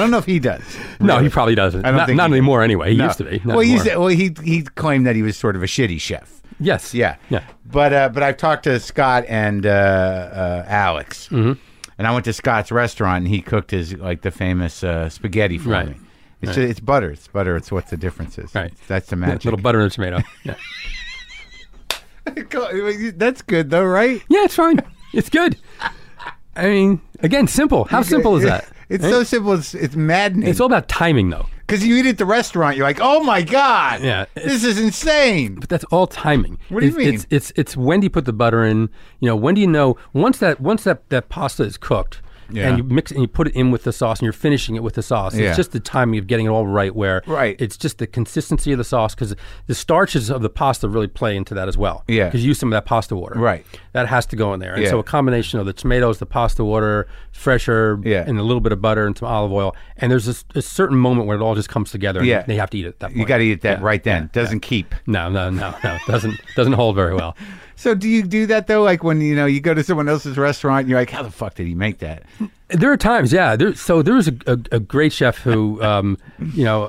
don't know if he does. No, really. he probably doesn't. I don't not think not he- anymore. Anyway, he No. used to be. Not Well, anymore. he's, well, he he claimed that he was sort of a shitty chef. yes, Yeah, yeah. But uh, but I've talked to Scott and uh, uh, Alex, Mm-hmm. and I went to Scott's restaurant and he cooked his like the famous uh, spaghetti for Right. me. It's, it's butter. It's butter. It's what the difference is. Right. That's the Yeah, magic. <laughs> little butter and a tomato. Yeah. That's good though, right? Yeah, it's fine. It's good. I mean, again, simple. How simple is that? <laughs> It's so simple. It's, it's maddening. It's all about timing, though. Because you eat at the restaurant, you're like, oh my god, Yeah, this is insane. But that's all timing. What do you it's, mean? It's, it's it's when do you put the butter in? You know, when do you know once that once that that pasta is cooked. Yeah. And you mix and you put it in with the sauce, and you're finishing it with the sauce. Yeah. It's just the timing of getting it all right. Where Right. it's just the consistency of the sauce because the starches of the pasta really play into that as well. Yeah. because you use some of that pasta water. Right. that has to go in there. And Yeah. so a combination of the tomatoes, the pasta water, fresh herb, Yeah. and a little bit of butter and some olive oil. And there's this, a certain moment where it all just comes together. and Yeah. they have to eat it. At that point. You got to eat that Yeah. right then. Doesn't keep. No, no, no, no. Doesn't doesn't hold very well. So do you do that though? Like when you know you go to someone else's restaurant, and you're like, how the fuck did he make that? There are times, yeah. There, so there was a, a, a great chef who, um, you know,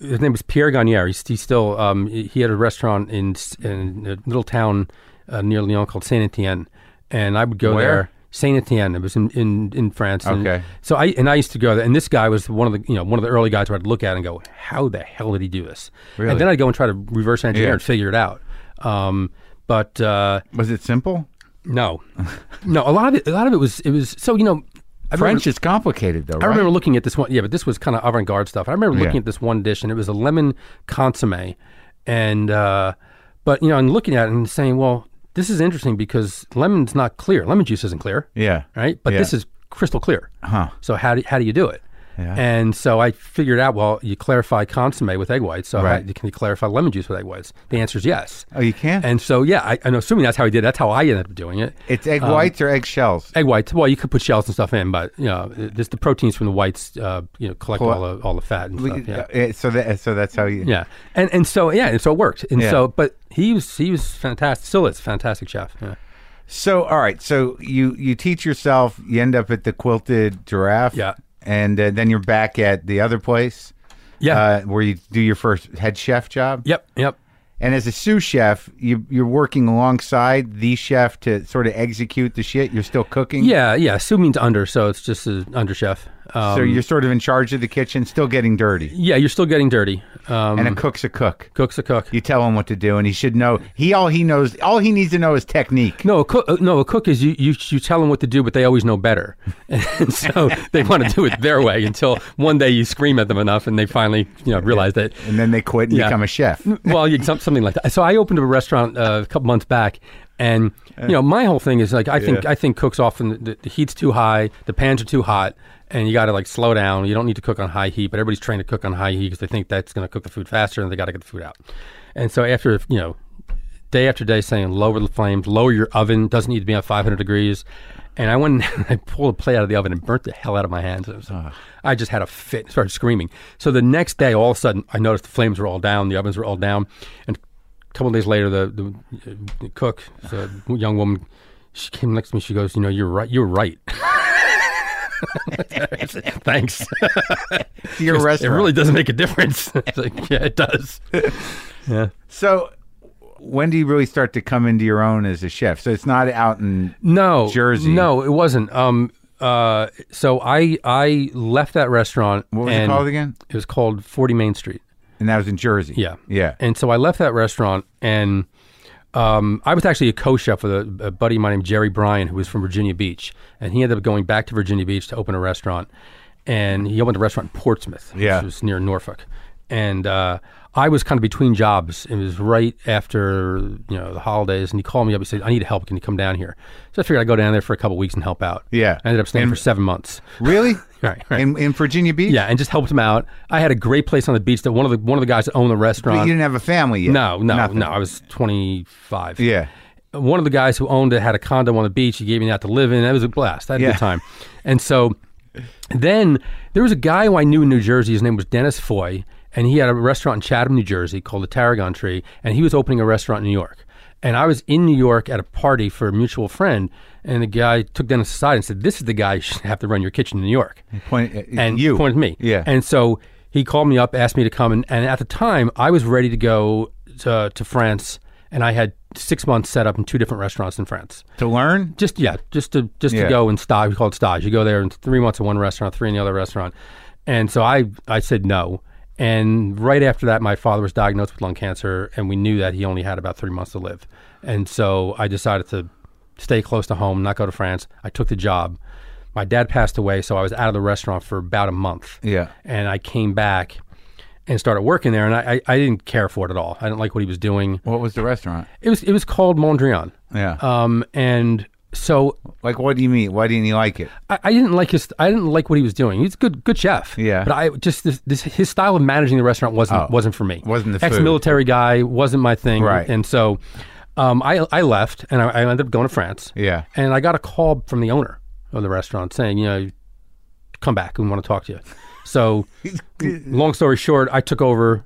his name was Pierre Gagnier. He's, he's still um, he had a restaurant in S- in a little town uh, near Lyon called Saint Etienne, and I would go Where? there. Saint Etienne. It was in, in, in France. And Okay. So I and I used to go there, and this guy was one of the you know one of the early guys where I'd look at and go, how the hell did he do this? Really? And then I'd go and try to reverse engineer Yeah. and figure it out. Um, but uh, Was it simple? No, no. A lot of it. A lot of it was. It was. So you know, I French Remember, is complicated though, I right? remember looking at this one. Yeah, but this was kind of avant-garde stuff. I remember looking Yeah. at this one dish, and it was a lemon consomme, and uh, but you know, and looking at it and saying, well, this is interesting because lemon's not clear. Lemon juice isn't clear. Yeah. Right. But Yeah. this is crystal clear. Huh. So how do how do you do it? Yeah. And so I figured out. Well, you clarify consomme with egg whites. So how- Right. can you clarify lemon juice with egg whites? The answer is yes. Oh, you can. And so, yeah, I, I'm assuming that's how he did. it. That's how I ended up doing it. it's egg whites or egg shells. um, Egg whites. Well, you could put shells and stuff in, but you know, this the proteins from the whites. Uh, you know, collect Cool. all the all the fat and stuff. Yeah. Uh, So that so that's how you. Yeah, and and so yeah, and so it worked, and Yeah. so but he was he was fantastic. Still, is a fantastic chef. Yeah. So all right, so you you teach yourself, you end up at the quilted giraffe. Yeah. And uh, then you're back at the other place. Yeah. Uh, where you do your first head chef job. Yep. Yep. And as a sous chef, you, you're working alongside the chef to sort of execute the shit. You're still cooking. Yeah, yeah. Sous means under, so it's just an under chef. Um, So you're sort of in charge of the kitchen, still getting dirty. yeah, you're still getting dirty. Um, And a cook's a cook. cook's a cook. You tell him what to do, and he should know. He all he knows, all he needs to know is technique. No, a cook. uh, No, a cook is you, you. You tell them what to do, but they always know better, <laughs> and so they want to do it their way until one day you scream at them enough, and they finally, you know, realize that. And then they quit and Yeah. become a <laughs> chef. Well, you, some- something like that. So I opened a restaurant uh, a couple months back, and you know, my whole thing is like I think I think cooks often the, the heat's too high, the pans are too hot, and you got to like slow down. You don't need to cook on high heat, but everybody's trying to cook on high heat because they think that's going to cook the food faster, and they got to get the food out. And so after you know day after day saying lower the flames, lower your oven. Doesn't need to be on 500 degrees. And I went and <laughs> I pulled a plate out of the oven and burnt the hell out of my hands. It was- I just had a fit, started screaming. So the next day, all of a sudden, I noticed the flames were all down, the ovens were all down. And a couple of days later, the, the, uh, the cook, the young woman, she came next to me. She goes, "You know, you're right. You're right. <laughs> Thanks. Your it restaurant. really doesn't make a difference." <laughs> It's like, yeah, it does. so, when do you really start to come into your own as a chef? So it's not out in no Jersey. No, it wasn't. Um, uh, so I I left that restaurant. What was it and called again? It was called Forty Main Street. and that was in Jersey. Yeah, yeah. And so I left that restaurant, and um, I was actually a co-chef with a, a buddy of mine named Jerry Bryan, who was from Virginia Beach, and he ended up going back to Virginia Beach to open a restaurant, and he opened a restaurant in Portsmouth, Yeah. which was near Norfolk, and. Uh, I was kind of between jobs. It was right after you know the holidays, and he called me up. He said, "I need help. Can you come down here?" So I figured I'd go down there for a couple weeks and help out. Yeah. I ended up staying for seven months. Really? <laughs> Right, right. In, in Virginia Beach? Yeah, and just helped him out. I had a great place on the beach. That one of the one of the guys that owned the But you restaurant. didn't have a family yet. No, no, Nothing. no. I was 25. Yeah. One of the guys who owned it had a condo on the beach. He gave me that to live in. It was a blast. I had a Yeah. good time. And so then there was a guy who I knew in New Jersey. His name was Dennis Foy. And he had a restaurant in Chatham, New Jersey called the Tarragon Tree. And he was opening a restaurant in New York. And I was in New York at a party for a mutual friend. And the guy took Dennis aside and said, This is the guy you should have to run your kitchen in New York Point, uh, and you pointed at me. Yeah. And so he called me up, asked me to come, and, and at the time I was ready to go to, to France, and I had six months set up in two different restaurants in France. to learn. Just yeah, just to just Yeah. to go and stage. We call it stage. You go there in three months in one restaurant, three in the other restaurant, and so I I said no. And right after that, my father was diagnosed with lung cancer, and we knew that he only had about three months to live. And so I decided to stay close to home, not go to France. I took the job. My dad passed away, so I was out of the restaurant for about a month Yeah. and I came back and started working there, and I, I, I didn't care for it at all. I didn't like what he was doing. What was the restaurant? It was it was called Mondrian, Yeah. um, and so like, what do you mean? Why didn't you like it? I, I didn't like his I didn't like what he was doing. He's a good good chef, Yeah. Oh. but I just this, this his style of managing the restaurant wasn't wasn't for me. Wasn't the food. ex-military guy wasn't my thing, Right. And so um, I I left, and I, I ended up going to France. Yeah. And I got a call from the owner of the restaurant saying, you know, come back. We want to talk to you. <laughs> So, long story short, I took over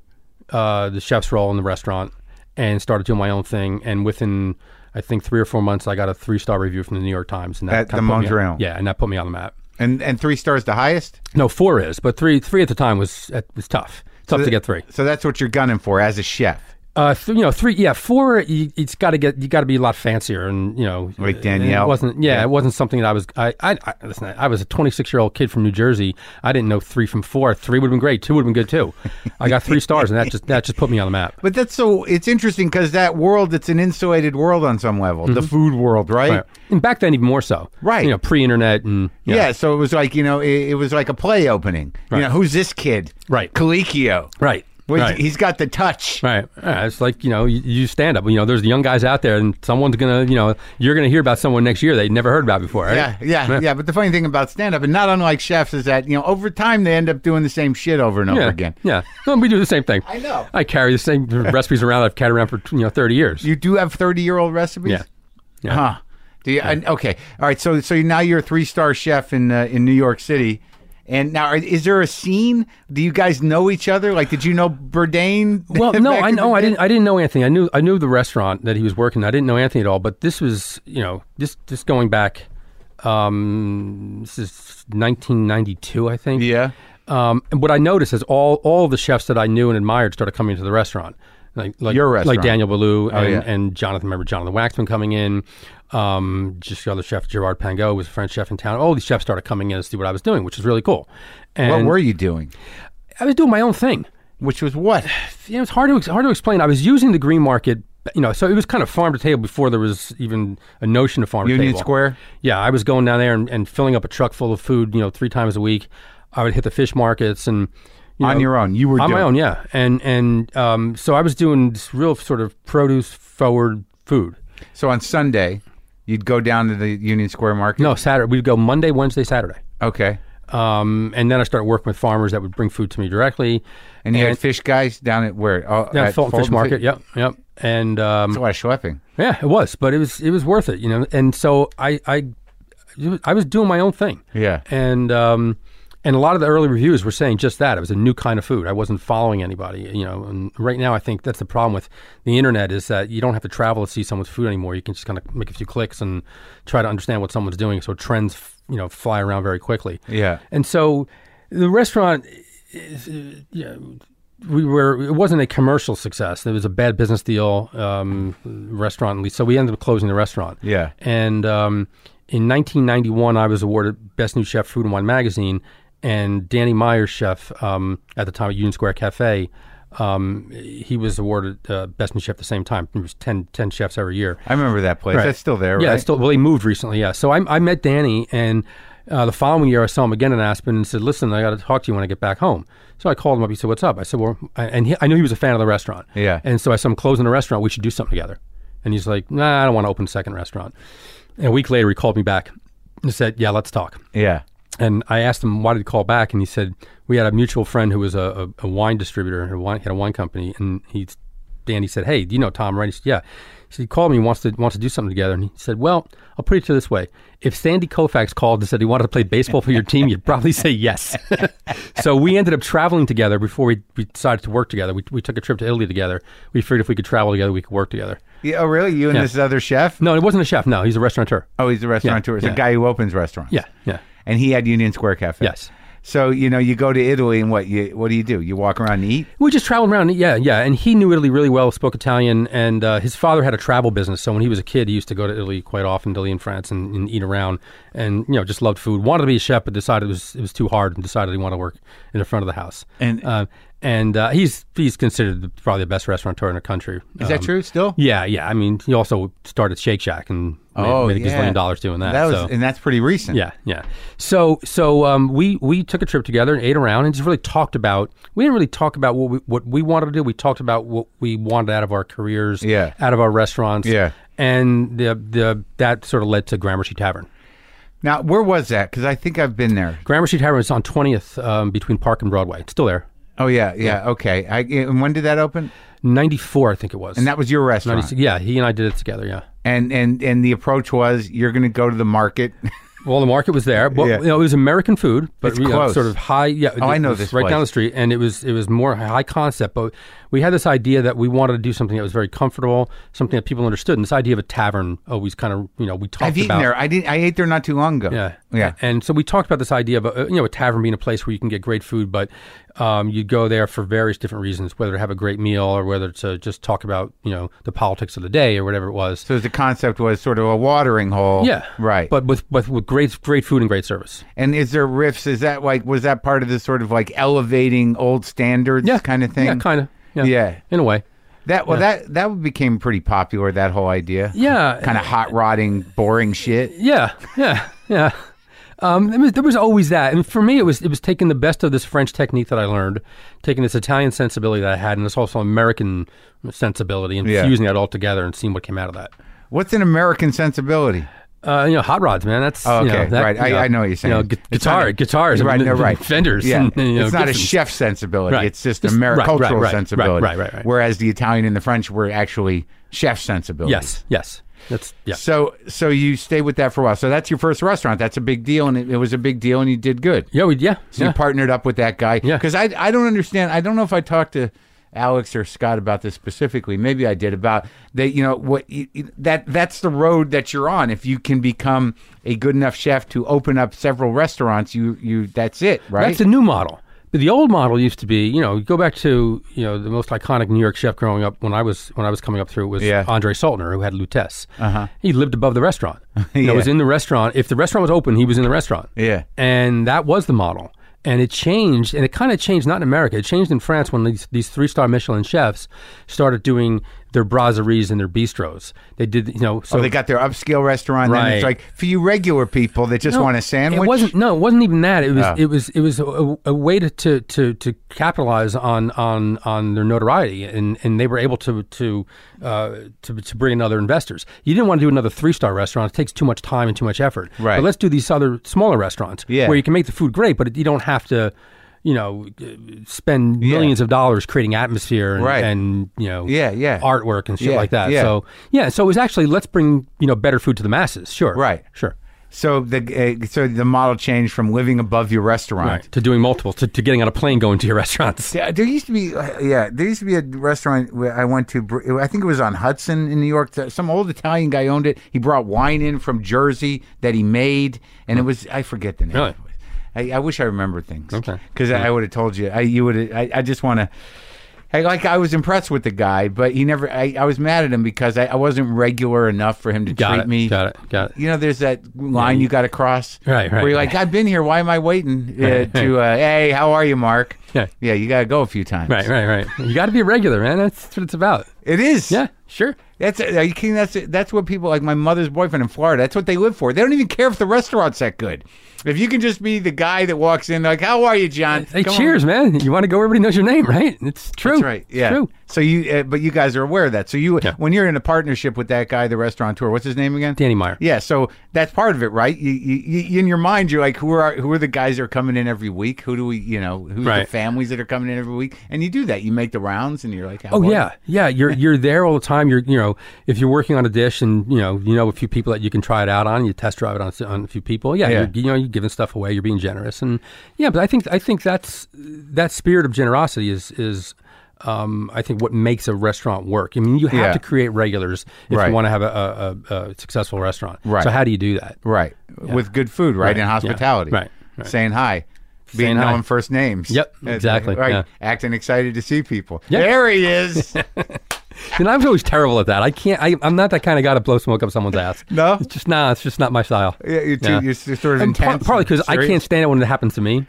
uh, the chef's role in the restaurant and started doing my own thing. And within, I think, three or four months, I got a three star review from the New York Times. And At that kinda the put me on- Mondrian. yeah, and that put me on the map. And and three stars the highest. No, four is, but three three at the time was uh, was tough. Tough to get three. So that's what you're gunning for as a chef. Uh, th- you know, three. Yeah, four. You, it's got to get. You got to be a lot fancier, and you know, Like and Danielle. It wasn't. Yeah, it wasn't something that I was. I. I, I listen. I was a 26 year old kid from New Jersey. I didn't know three from four. Three would have been great. Two would have been good too. I got three stars, and that just that just put me on the map. But that's so it's interesting because that world it's an insulated world on some level, the food world, right? Mm-hmm. Right. And back then, even more so. Right. You know, pre-internet and Yeah. so it was like you know it, it was like a play opening. You know who's this kid? Right. Colicchio. Right. Well, right. He's got the touch. Right. Yeah, it's like, you know, you, you stand up. You know, there's young guys out there, and someone's going to, you know, you're going to hear about someone next year they never heard about before. Right? Yeah, yeah, yeah. But the funny thing about stand up, and not unlike chefs, is that you know over time they end up doing the same shit over and over yeah. again. Yeah. No, we do the same thing. I know. I carry the same <laughs> recipes around I've carried around for, you know, 30 years. You do have thirty year old recipes. Yeah. Yeah. Huh. Do you, and- okay. All right. So so now you're a three star chef in uh, in New York City. And now, are- is there a scene? Do you guys know each other? Like, did you know <laughs> Burdain? <laughs> well, no, back I in the know. I day? didn't. I didn't know Anthony. I knew. I knew the restaurant that he was working. at. I didn't know Anthony at all. But this was, you know, this this going back. Um, this is 1992, I think. Yeah. Um, and what I noticed is all all the chefs that I knew and admired started coming to the restaurant. like like Your like restaurant. Oh, Daniel Ballou and, yeah. and Jonathan. Remember Jonathan Waxman coming in. Um, just the other chef Gerard Pango was a French chef in town. All these chefs started coming in to see what I was doing, which is really cool. What And were you doing? I was doing my own thing. Which was what? <sighs> You know, it's hard to it's hard to explain. I was using the green market. You know, so it was kind of farm to table before there was even a notion of farm to Union table. Square? Yeah, I was going down there and, and filling up a truck full of food. You know, three times a week. I would hit the fish markets and you On know, your own. You were on doing my own, yeah. And and um, so I was doing this real sort of produce forward food. So on Sunday, you'd go down to the Union Square Market. No, Saturday we'd go Monday, Wednesday, Saturday, Okay. um, and then I started working with farmers that would bring food to me directly. And you And- had fish guys down at where? Oh, Yeah, at Fulton Fish Fulton Market. Yep, yep. And um, That's a lot of schlepping. yeah, it was, but it was it was worth it, you know. And so I I I was doing my own thing. Yeah. and um, and a lot of the early reviews were saying just that it was a new kind of food. I wasn't following anybody, you know. And right now, I think that's the problem with the internet is that you don't have to travel to see someone's food anymore. You can just kind of make a few clicks and try to understand what someone's doing. So trends, f- you know, fly around very quickly. Yeah. and so the restaurant. Is, uh, yeah, we were. It wasn't a commercial success. It was a bad business deal. Um, restaurant lease. So we ended up closing the restaurant. Yeah. And um, in 1991, I was awarded Best New Chef Food and Wine magazine. And Danny Meyer's chef um, at the time at Union Square Cafe, um, he was awarded uh, Best New Chef the same time. There was 10, 10 chefs every year. I remember that place. That's still there, Yeah, right? it's still. Well, he moved recently. Yeah, so I, I met Danny, and uh, the following year I saw him again in Aspen, and said, "Listen, I got to talk to you when I get back home." So I called him up. He said, "What's up?" I said, "Well," and he, I knew he was a fan of the restaurant. Yeah. and so I said, "I'm closing the restaurant. We should do something together." And he's like, "Nah, I don't want to open a second restaurant." And a week later, he called me back and said, "Yeah, let's talk." yeah. And I asked him why did he call back, and he said we had a mutual friend who was a, a, a wine distributor and a wine, had a wine company, and he, Danny said, "Hey, do you know Tom?" Right? He said, "Yeah." He said, "He called me, wants to wants to do something together." And he said, "Well, I'll put it to you this way: if Sandy Koufax called and said he wanted to play baseball for your team, you'd probably say yes." <laughs> so we ended up traveling together before we, we decided to work together. We, we took a trip to Italy together. We figured if we could travel together, we could work together. Yeah, Oh, really? You and Yeah. this other chef? No, it wasn't a chef. No, he's a restaurateur. Oh, he's a restaurateur. It's yeah. a guy who opens restaurants. Yeah, yeah. And he had Union Square Cafe. Yes. So you know, you go to Italy, and what you what do you do? You walk around and eat. We just traveled around. Yeah, yeah. And he knew Italy really well, spoke Italian, and uh, his father had a travel business. So when he was a kid, he used to go to Italy quite often, Italy and France, and, and eat around, and you know, just loved food. Wanted to be a chef, but decided it was it was too hard, and decided he wanted to work in the front of the house. And- uh, and uh, he's he's considered the- probably the best restaurateur in the country. Is that Um, true? Still? Yeah, yeah. I mean, he also started Shake Shack and made, Oh, made a yeah. gazillion dollars doing that. That was, so. and that's pretty recent. Yeah, yeah. So so um, we we took a trip together and ate around and just really talked about. We didn't really talk about what we what we wanted to do. We talked about what we wanted out of our careers. Yeah. Out of our restaurants. Yeah. And the the that sort of led to Gramercy Tavern. Now, where was that? Because I think I've been there. Gramercy Tavern is on twentieth um, between Park and Broadway. It's still there. Oh yeah, yeah. Okay. I, and when did that open? Ninety four, I think it was. And that was your restaurant. 96 yeah, he and I did it together. Yeah. and and and the approach was you're going to go to the market. <laughs> Well, the market was there. Well, Yeah. you know, it was American food, but It's you know, close. sort of high. Yeah, Oh, I it know was this right down place. the street, and it was it was more high concept. But we had this idea that we wanted to do something that was very comfortable, something that people understood. And this idea of a tavern always kind of you know we talked I've eaten about. there. I did. not I ate there not too long ago. Yeah, Yeah. And so we talked about this idea of a, uh, you know a tavern being a place where you can get great food, but um, you go there for various different reasons, whether to have a great meal or whether to just talk about you know the politics of the day or whatever it was. So the concept was sort of a watering hole. yeah, Right. But with, with with great great food and great service. And is there riffs? Is that like was that part of this sort of like elevating old standards kind of thing? Yeah, kind of. Yeah. Yeah. in a way. That well that that became pretty popular. That whole idea. Yeah. Kind of hot rotting, boring shit. Yeah, yeah, yeah. Um, there, was, there was always that, and for me, it was it was taking the best of this French technique that I learned, taking this Italian sensibility that I had, and this also American sensibility, and Yeah. fusing that all together and seeing what came out of that. What's an American sensibility? Uh, you know, hot rods, man. That's Oh, you know, okay, that- right. I- you I know what you're saying. You know, gu- It's guitar, not a- guitars, right, <laughs> and, no, right. Fenders. Yeah, and, you know, it's not a Gibsons. chef sensibility. Right. It's just Just- Ameri- right, right, cultural right, right, sensibility. right, right, right. Whereas the Italian and the French were actually chef sensibilities. Yes, yes. That's yeah. So so you stayed with that for a while. So that's your first restaurant. That's a big deal, and it, it was a big deal, and you did good. Yeah, we yeah. So yeah. you partnered up with that guy. Yeah. Because I, I don't understand. I don't know if I talked to Alex or Scott about this specifically. Maybe I did about that. You know what? You, you- that that's the road that you're on. If you can become a good enough chef to open up several restaurants, you you that's it, right? That's a new model. But the old model used to be, you know, go back to you know the most iconic New York chef growing up when I was when I was coming up through it was Yeah. Andre Saltner who had Lutece. Uh-huh. He lived above the <laughs> restaurant. You know, it was in the restaurant. If the restaurant was open, he was in the restaurant. Yeah. and that was the model. And it changed, and it kind of changed not in America. It changed in France when these, these three star Michelin chefs started doing their brasseries and their bistros. They did, you know, so Oh, they got their upscale restaurant. And it's Right. like for you regular people that just No, want a sandwich. It wasn't. No, it wasn't even that. It was. Oh. It was. It was a, a way to, to to to capitalize on on on their notoriety, and and they were able to to uh, to to bring in other investors. You didn't want to do another three star restaurant. It takes too much time and too much effort. Right. But let's do these other smaller restaurants Yeah. where you can make the food great, but you don't have to. You know, spend millions of dollars creating atmosphere and, Right. and you know, Yeah, yeah. artwork and shit Yeah, like that. yeah. So yeah, so it was actually let's bring you know better food to the masses. Sure, Right. sure. So the uh, so the model changed from living above your restaurant. Right. To doing multiples, to, to getting on a plane going to your <laughs> restaurants. Yeah, there used to be, uh, yeah, there used to be a restaurant where I went to. br- I think it was on Hudson in New York. that Some old Italian guy owned it. He brought wine in from Jersey that he made, and it was I forget the name. Really? I, I wish I remembered things. Okay. because I would have told you. I you would. I, I just want to. I, like I was impressed with the guy, but he never. I, I was mad at him because I, I wasn't regular enough for him to Got treat it. me. Got it. Got it. You know, there's that line you got to cross. Right, right, Where you're like, I've been here. Why am I waiting uh, to? Uh, hey, how are you, Mark? Yeah. Yeah, you got to go a few times. Right, right, right. You got to be a regular, man. That's what it's about. It is. Yeah, sure. That's are you kidding? That's that's what people like my mother's boyfriend in Florida. That's what they live for. They don't even care if the restaurant's that good. If you can just be the guy that walks in, like, "How are you, John?" Hey, Come on." cheers, man. You want to go where everybody knows your name, right? It's true. That's right. Yeah. True. So you, uh, but you guys are aware of that. So you, Yeah. when you're in a partnership with that guy, the restaurateur, what's his name again? Danny Meyer. Yeah. So that's part of it, right? You, you, you in your mind, you're like, who are who are the guys that are coming in every week? Who do we, you know, who's the Right. families that are coming in every week? And you do that. You make the rounds, and you're like, "How Oh are yeah, <laughs> yeah. You're you're there all the time. You're you know if you're working on a dish and you know you know a few people that you can try it out on. You test drive it on, s- on a few people. Yeah, Yeah. You're, you know you're giving stuff away. You're being generous and yeah. But I think I think that's that spirit of generosity is is. Um, I think what makes a restaurant work. I mean, you have Yeah. to create regulars if Right. you want to have a, a, a, a successful restaurant. Right. So how do you do that? Right. With good food, right? Right. And Yeah. hospitality. Right. Right. Saying hi. Being Saying hi. known first names. Yep. Uh, Exactly. Right. Yeah. Acting excited to see people. Yeah. There he <laughs> is. And I was always terrible at that. I can't. I, I'm not that kind of guy to blow smoke up someone's ass. No? it's just nah. It's just not my style. Yeah, you're, too, Yeah. you're s- sort of And Um, par- intense. Partly and because I serious. can't stand it when it happens to me.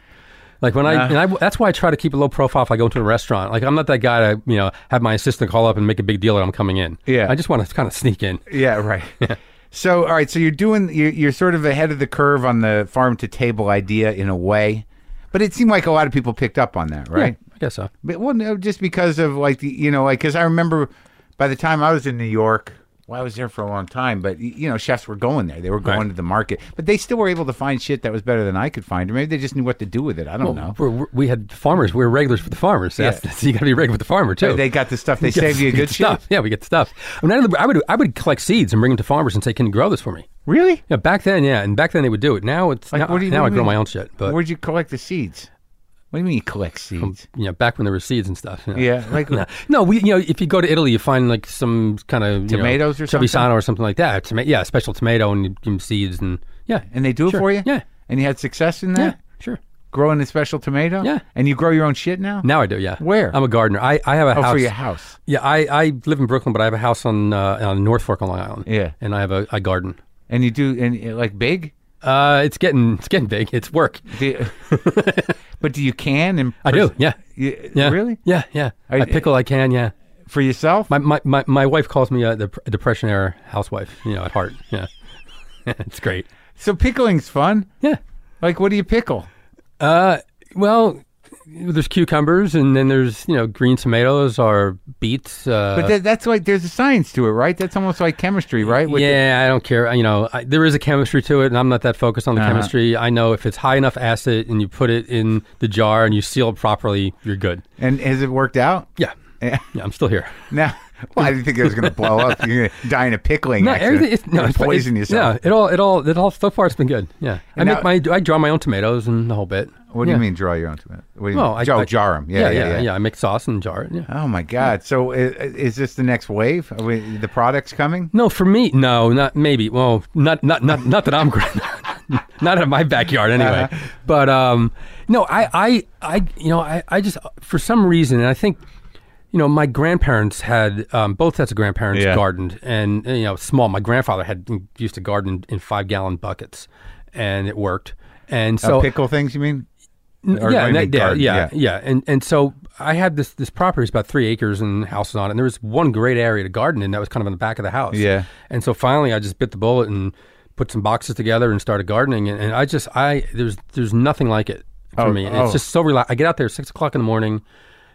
Like when I, and I, that's why I try to keep a low profile if I go into a restaurant. Like I'm not that guy to, you know, have my assistant call up and make a big deal that I'm coming in. Yeah. I just want to kind of sneak in. Yeah. <laughs> Right. So, all right. So you're doing, you're, you're sort of ahead of the curve on the farm to table idea in a way. But it seemed like a lot of people picked up on that, right? Yeah, I guess so. But, well, no, just because of like the, you know, like because I remember by the time I was in New York, well, I was there for a long time, but y- you know, chefs were going there. They were going Right. to the market, but they still were able to find shit that was better than I could find, or maybe they just knew what to do with it. I don't know. We're, we're, we had farmers. We're regulars with the farmers. That's, Yeah. that's- you got to be regular with the farmer too. <laughs> They got the stuff. They We get- save you we good get stuff. shit. Yeah, we get stuff. I, mean, I would, I would collect seeds and bring them to farmers and say, "Can you grow this for me?" Really? Yeah, back then, yeah, and back then they would do it. Now it's now, what do you- now what I do you grow mean? my own shit, but Um, Where'd you collect the seeds? What do you mean you collect seeds? you know, back when there were seeds and stuff. you know. Yeah, like- <laughs> no, No, we you know if you go to Italy, you find like some kind of Tomatoes you or know, something? Trevisano or something like that. Toma- yeah, special tomato and you give 'em seeds and yeah, And they do Sure. it for you? Yeah, And you had success in that? yeah, sure. Growing a special tomato? Yeah. And you grow your own shit now? Now I do. Yeah, Where? I'm a gardener. I, I have a Oh, house. for your house. Yeah, I, I live in Brooklyn, but I have a house on uh, on North Fork on Long Island. Yeah. and I have a, a garden. And you do, and uh, like big? Uh, it's getting it's getting big. It's work. Do <laughs> but do you can? And I do. Yeah. You, Yeah. Really? Yeah, yeah. Are I, you- pickle. I can. Yeah. For yourself? My my, my, my wife calls me a, dep- a depression era housewife. You know, at heart. Yeah, <laughs> it's great. so pickling's fun. Yeah. Like, what do you pickle? Uh, well, there's cucumbers, and then there's you know green tomatoes or beets. Uh, But that, that's like there's a science to it, right? That's almost like chemistry, right? With yeah, I don't care. You know, I, there is a chemistry to it, and I'm not that focused on Uh-huh. the chemistry. I know if it's high enough acid, and you put it in the jar, and you seal it properly, you're good. the- and has it worked out? Yeah. Yeah. Yeah, I'm still here. <laughs> Now, well, I didn't think it was going to blow up. You're going to die in a pickling. No, accident. everything. It's, no, You're gonna it's, poison it's, yourself. No, it all, it all, it all. So far, it's been good. Yeah, I And make my, I draw my own tomatoes and the whole bit. What do Yeah. you mean, draw your own tomato? What do you Well, mean? I, Joe, I- jar 'em. Yeah, yeah, yeah. I make sauce and jar it. Yeah. Oh my God! So i- i- is this the next wave? Are we, the product's coming? No, for me, no, not maybe. Well, not not not not that I'm gra- <laughs> not in my backyard Uh-huh. anyway. But um, no, I, I, I, you know, I, I just for some reason, and I think, you know, my grandparents had um, both sets of grandparents Yeah. gardened, and you know, small. My grandfather had used to garden in five gallon buckets, and it worked. And so Uh, pickle things, you mean? N- Or yeah, maybe and that- yeah, garden, yeah, yeah. and and so I had this this property is about three acres and houses on it, and there was one great area to garden in that was kind of in the back of the house. Yeah. and so finally I just bit the bullet and put some boxes together and started gardening, and, and I just I there's there's nothing like it for Oh, me. It's oh. just so relax. I get out there at six o'clock in the morning.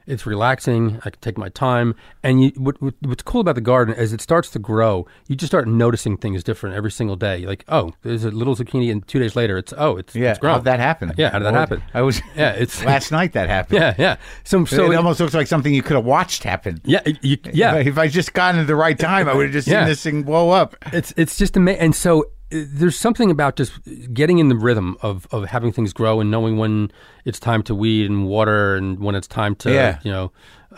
It's relaxing. I can take my time, and you, what, what, what's cool about the garden is it starts to grow. You just start noticing things different every single day. You're like, oh, there's a little zucchini, and two days later, it's oh, it's Yeah. it's grown. How'd that happen? Yeah, how did that Well, happen? I was Yeah, it's <laughs> last night that happened. yeah, yeah. So, so So it, it- almost looks like something you could have watched happen. yeah, you, yeah. If I just gotten at the right time, I would have just seen Yeah. this thing blow up. It's it's just amazing. And so uh, there's something about just getting in the rhythm of of having things grow and knowing when it's time to weed and water and when it's time to Yeah. you know.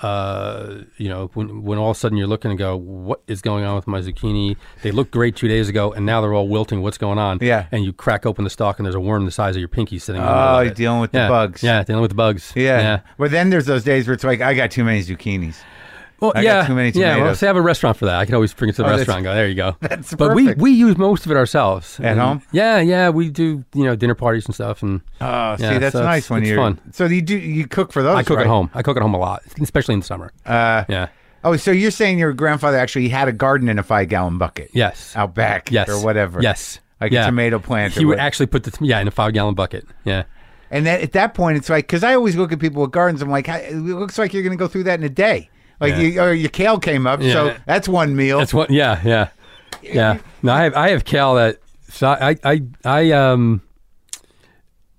Uh, you know, when when all of a sudden you're looking and go, what is going on with my zucchini? They looked great two days ago, and now they're all wilting. What's going on? Yeah. And you crack open the stalk, and there's a worm the size of your pinky sitting. in the middle Oh, of you're it. dealing with yeah. the bugs. Yeah, dealing with the bugs. Yeah. Well, then there's those days where it's like, I got too many zucchinis. Well, I got yeah, too many yeah. Well, tomatoes. say I have a restaurant for that. I can always bring it to the Oh, that's- restaurant. and Go there, you go. That's but perfect. we we use most of it ourselves At And- home? Yeah, yeah. We do you know dinner parties and stuff, and Oh, see, Yeah, that's so it's- nice when it's you're. fun. So you do you cook for those? I cook right? at home. I cook at home a lot, especially in the summer. Uh, yeah. Oh, so you're saying your grandfather actually had a garden in a five gallon bucket? Yes. Out back. Yes. Or whatever. Yes. Like Yeah. a tomato plant. He or would what- actually put the t- yeah in a five gallon bucket. Yeah. And that, at that point, it's like because I always look at people with gardens. I'm like, "How- it looks like you're going to go through that in a day. Like, Yeah. you, or your kale came up, so Yeah. that's one meal. That's what. Yeah, yeah, yeah. No, I have I have kale that. So I I I um.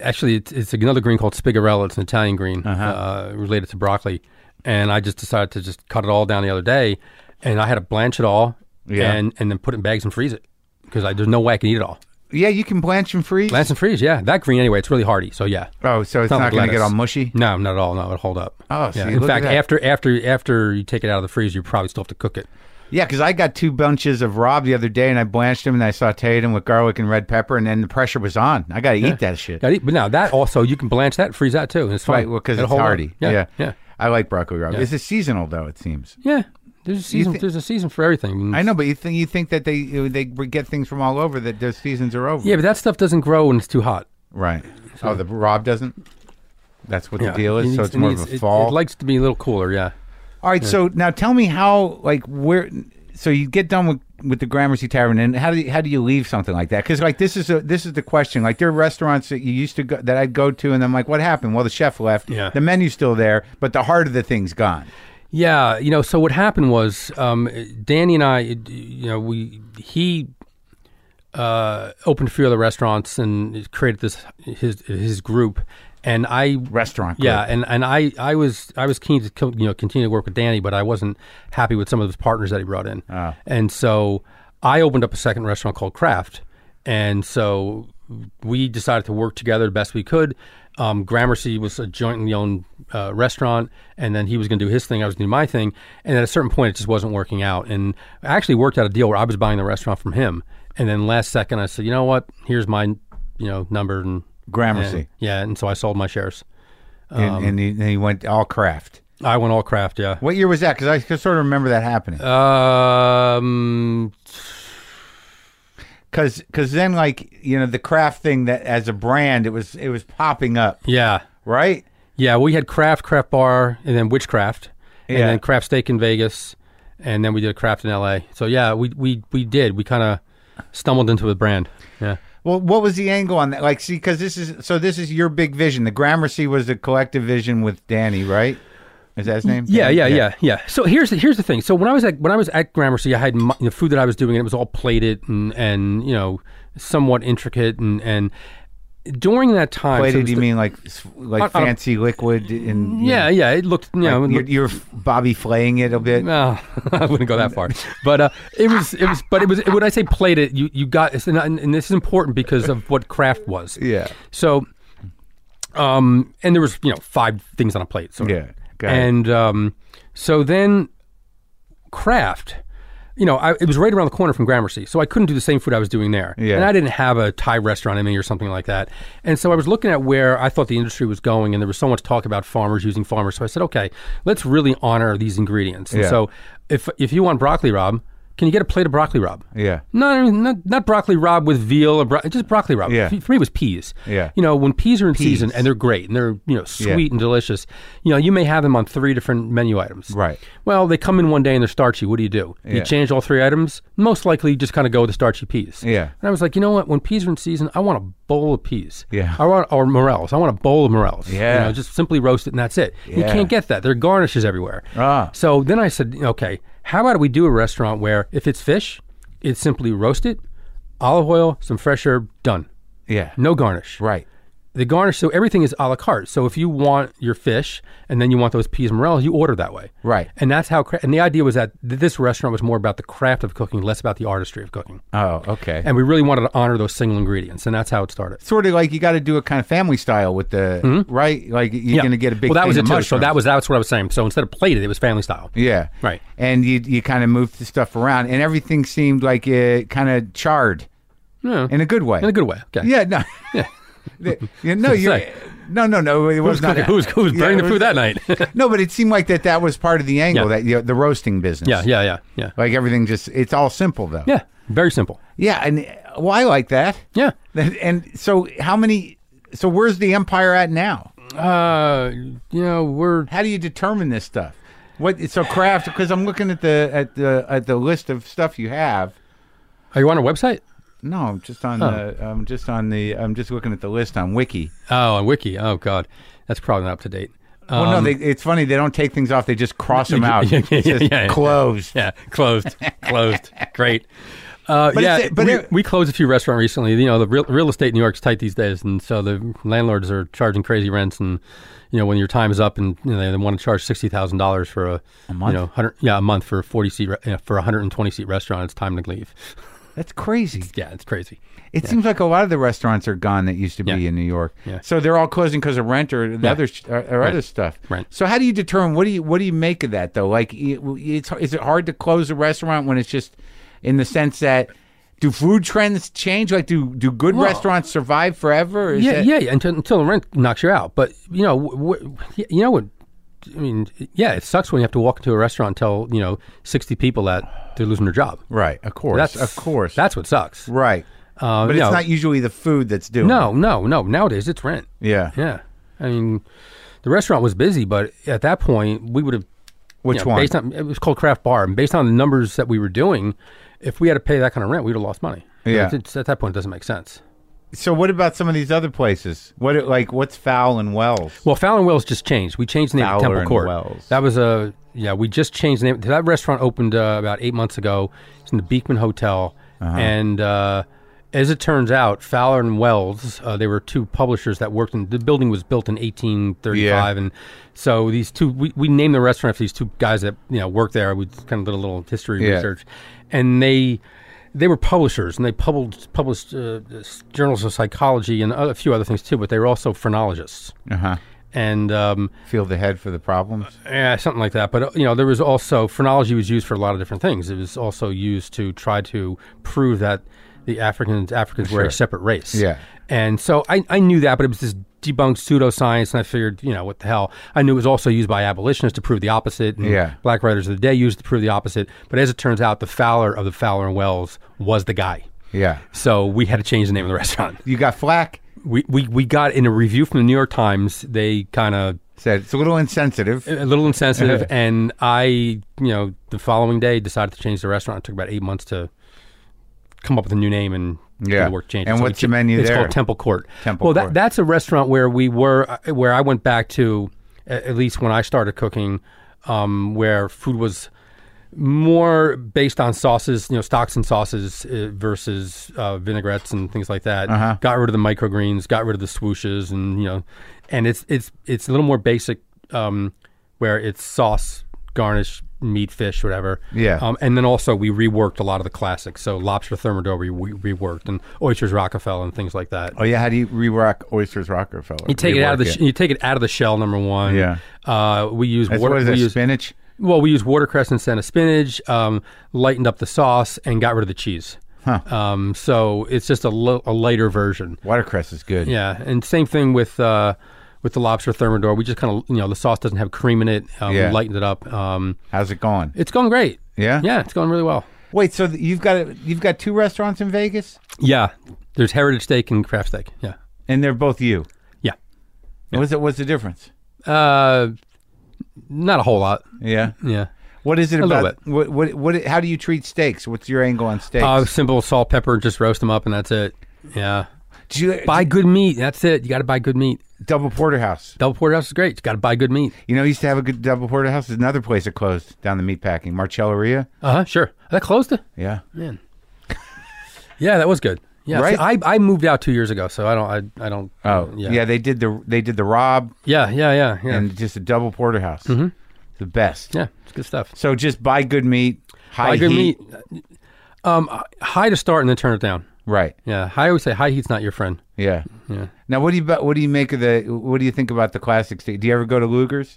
Actually, it's, it's another green called Spigarella. It's an Italian green Uh-huh. uh related to broccoli, and I just decided to just cut it all down the other day, and I had to blanch it all, Yeah. and and then put it in bags and freeze it because there's no way I can eat it all. yeah, you can blanch and freeze. Blanch and freeze, yeah. That green anyway, it's really hardy. So yeah. Oh, so it's Not not like going to get lettuce. all mushy. No, not at all. No, it hold up. Oh, see, yeah. look In at fact, that. after after after you take it out of the freezer, you probably still have to cook it. Yeah, because I got two bunches of Rob the other day, and I blanched them and I sautéed them with garlic and red pepper, and then the pressure was on. I got to eat that shit. Gotta eat- But now that also you can blanch that, and freeze that too, and it's fine. Right, well, because It'll it's hold up. hardy. Yeah, yeah, yeah. I like broccoli Rob. This is seasonal though. It seems. There's a season. thi- there's a season for everything. I know, but you think you think that they you know, they get things from all over that those seasons are over. Yeah, but that stuff doesn't grow when it's too hot. Right. Oh, the Rob doesn't. That's what Yeah. the deal It is. So needs- it's it more needs- of a it- fall. It, likes to be a little cooler. Yeah. all right. So now tell me how like where. So you get done with with the Gramercy Tavern, and how do you, how do you leave something like that? Because like this is a, this is the question. Like there are restaurants that you used to go that I'd go to, and I'm like, what happened? Well, the chef left. Yeah. The menu's still there, but the heart of the thing's gone. Yeah, you know, so what happened was um, Danny and I, you know, we he uh, opened a few other restaurants and created this his his group, and I Restaurant. yeah, group. and, and I, I was I was keen to co- you know continue to work with Danny, but I wasn't happy with some of his partners that he brought in, and so I opened up a second restaurant called Craft, and so we decided to work together the best we could. Um, Gramercy was a jointly owned uh, restaurant, and then he was going to do his thing, I was going to do my thing, and at a certain point it just wasn't working out, and I actually worked out a deal where I was buying the restaurant from him, and then last second I said, you know what, here's my you know number and. Gramercy. Yeah, and so I sold my shares. Um, and, and, he, and he went all craft. I went all craft, yeah. What year was that? Because I can sort of remember that happening. Uh, Um, Because then like you know the craft thing that as a brand it was it was popping up yeah, right. yeah. We had craft, craft bar, and then witchcraft, and Yeah. then craft steak in Vegas, and then we did a craft in L.A. So yeah, we we we did. We kind of stumbled into the brand. Yeah, Well, what was the angle on that? Like, see, because this is so. This is your big vision. The Gramercy was the collective vision with Danny, right? Is that his name? yeah, Danny? yeah, yeah, yeah. So here's the, here's the thing. So when I was at when I was at Gramercy, I had my, the food that I was doing, and it was all plated and and you know somewhat intricate and and during that time, so it Plated? was you the- mean like s- like I- I don't- fancy liquid and you Yeah, know, yeah. It looked you know it like looked- you're, you're Bobby flaying it a bit. No, <laughs> I wouldn't go that far. But uh, it was, it was, but it was. When I say played it, you you got, and, and this is important because of what craft was. Yeah. So, um, and there was you know five things on a plate. So Yeah, got it. And um, so then, craft. you know, I, it was right around the corner from Gramercy, so I couldn't do the same food I was doing there. Yeah. And I didn't have a Thai restaurant in me or something like that. And so I was looking at where I thought the industry was going, and there was so much talk about farmers using farmers. So I said, okay, let's really honor these ingredients. And Yeah. so if if you want broccoli, Rob, can you get a plate of broccoli, Rob? Yeah. No, I mean, not, not broccoli rob with veal, or bro- just broccoli rob. Yeah. F- For me, it was peas. Yeah. You know, when peas are in season and they're great and they're, you know, sweet Yeah. and delicious, you know, you may have them on three different menu items. Right. Well, they come in one day and they're starchy. What do you do? Yeah. You change all three items? Most likely you just kind of go with the starchy peas. Yeah. And I was like, you know what? When peas are in season, I want a bowl of peas. Yeah. I want, or morels. I want a bowl of morels. Yeah. You know, just simply roast it and that's it. You Yeah. can't get that. There are garnishes everywhere. Ah. So then I said, okay, how about we do a restaurant where if it's fish, it's simply roasted, olive oil, some fresh herb, done. Yeah. No garnish. Right. The garnish, so everything is a la carte. So if you want your fish and then you want those peas and morels, you order that way. Right. And that's how, cra- and the idea was that th- this restaurant was more about the craft of cooking, less about the artistry of cooking. Oh, okay. And we really wanted to honor those single ingredients. And that's how it started. sort of like you got to do a kind of family style with the right. Like you're going to get a big. Hmm? Well, thing that was of it too. So mushrooms. that was, that's what I was saying. So instead of plated, it was family style. Yeah. Right. And you you kind of moved the stuff around, and everything seemed like it kind of charred Yeah. in a good way. In a good way. Okay. Yeah. No. <laughs> The- yeah, no. You. Say. No. No. No. It was Who's not. cooking? Who's, who's Yeah, burning it the was- food that night? <laughs> No, but it seemed like that that was part of the angle Yeah. that you know, the roasting business. yeah, yeah, yeah, yeah. Like everything just it's all simple though. Yeah, very simple. Yeah. And uh, well, I like that. Yeah. And- And so how many? So where's the empire at now? Uh, you know, we're How do you determine this stuff? What so craft? Because I'm looking at the at the at the list of stuff you have. are you on our website? No, I'm just on Oh. the I'm just on the I'm just looking at the list on Wiki. Oh, on Wiki. Oh God, that's probably not up to date. Um, well, no, they, it's funny they don't take things off; they just <laughs> cross them out. yeah, yeah, It says yeah, yeah. closed. yeah, <laughs> closed, closed. Great. Uh, But yeah, it's- but we, it- we closed a few restaurants recently. You know, the real, real estate in New York's tight these days, and so the landlords are charging crazy rents. And you know, when your time is up, and you know, they, want to charge sixty thousand dollars for a, month? you know, hundred yeah, a month for a forty seat re- yeah, for a hundred and twenty seat restaurant. It's time to leave. <laughs> That's crazy. Yeah, it's crazy. It seems like a lot of the restaurants are gone that used to be Yeah. in New York. Yeah. So they're all closing because of rent or the other sh- or, or other stuff. Right. So how do you determine what do you what do you make of that though? Like, it- it's is it hard to close a restaurant when it's just in the sense that do food trends change? Like, do do good restaurants survive forever? Or is yeah, that- yeah, yeah, until, until the rent knocks you out. But you know, wh- wh- you know what? I mean, yeah, it sucks when you have to walk into a restaurant and tell you know sixty people that they're losing their job. Right. Of course. That's of course. That's what sucks. right. Uh, but you it's know, not usually the food that's doing. No, no, no. Nowadays, it's rent. It. Yeah. Yeah, I mean, the restaurant was busy, but at that point, we would have. Which you know, one? Based on it was called Craft Bar, and based on the numbers that we were doing, if we had to pay that kind of rent, we'd have lost money. So Yeah. it's- it's- at that point, it doesn't make sense. so what about some of these other places? What it- like what's Fowl and Wells? Well, Fallon Wells just changed. We changed the name Fowler to Temple and Court. Wells. That was a yeah. We just changed the name. That restaurant opened uh, about eight months ago. It's in the Beekman Hotel, Uh-huh. and uh, as it turns out, Fowler and Wells uh, they were two publishers that worked in the building was built in 1835, and so these two we, we named the restaurant after these two guys that you know worked there. We kind of did a little history Yeah. research, and they. They were publishers, and they published published uh, journals of psychology and a few other things too. But they were also phrenologists Uh huh. and um, Feel the head for the problems. yeah, something like that. But uh, you know, there was also phrenology was used for a lot of different things. It was also used to try to prove that the Africans Africans were a separate race. Yeah. and so I, I knew that, but it was this debunked pseudoscience, and I figured, you know, what the hell? I knew it was also used by abolitionists to prove the opposite. And Yeah. black writers of the day used it to prove the opposite. But as it turns out, the Fowler of the Fowler and Wells was the guy. Yeah. So we had to change the name of the <laughs> restaurant. You got flack. We, we, we got in a review from the New York Times. They kind of Said it's a little insensitive. a little insensitive <laughs> and i you know the following day decided to change the restaurant it took about eight months to come up with a new name and do Yeah. the work changes. And So we what's the ch- menu it's there? called temple court Temple well Court. That, that's a restaurant where we were uh, where i went back to a- at least when i started cooking um, where food was more based on sauces, you know, stocks and sauces uh, versus uh, vinaigrettes and things like that. Uh-huh. Got rid of the microgreens, got rid of the swooshes, and you know, and it's it's it's a little more basic, um, where it's sauce, garnish, meat, fish, whatever. Yeah. Um, and then also we reworked a lot of the classics, so lobster thermidor we, we reworked and oysters Rockefeller and things like that. Oh yeah, how do you re-rock oysters Rockefeller? You take it out of the Rework sh- you take it out of the shell. Number one. Yeah. Uh, we use That's, water. what is we it? use, Spinach. Well, we used watercress instead of spinach, um, lightened up the sauce, and got rid of the cheese. Um, so it's just a, lo- a lighter version. Watercress is good. Yeah, and same thing with uh, with the lobster thermidor. We just kind of you know the sauce doesn't have cream in it. Um, Yeah. We lightened it up. Um, How's it going? it's going great. Yeah? yeah, it's going really well. Wait, so th- you've got a, you've got two restaurants in Vegas, Yeah, there's heritage steak and craft steak. Yeah, and they're both you. yeah. What's it? What's the difference? Uh, not a whole lot. Yeah. Yeah. What is it little about? What, what what how do you treat steaks? What's your angle on steaks? Uh, simple salt, pepper, just roast them up, and that's it. Yeah. do you, Buy good meat. That's it. You got to buy good meat. double porterhouse. Double porterhouse is great. You got to buy good meat. You know, we used to have a good double porterhouse. There's another place that closed down the meatpacking, Marcelleria. Uh huh. Sure. That closed it. Yeah. Man. <laughs> yeah, that was good. Yeah. Right? see, I, I moved out two years ago, so I don't. I, I don't. Oh yeah. Yeah. Yeah. They did the they did the Rob Yeah. Yeah. Yeah. Yeah. Mm-hmm. and just a double porterhouse. The best. yeah it's good stuff. So just buy good meat, high buy good heat. meat. Um, high to start and then turn it down. Right. Yeah. I always say high heat's not your friend. Yeah. Yeah. Now, what do you bu- what do you make of the what do you think about the classic steak? Do you ever go to Luger's?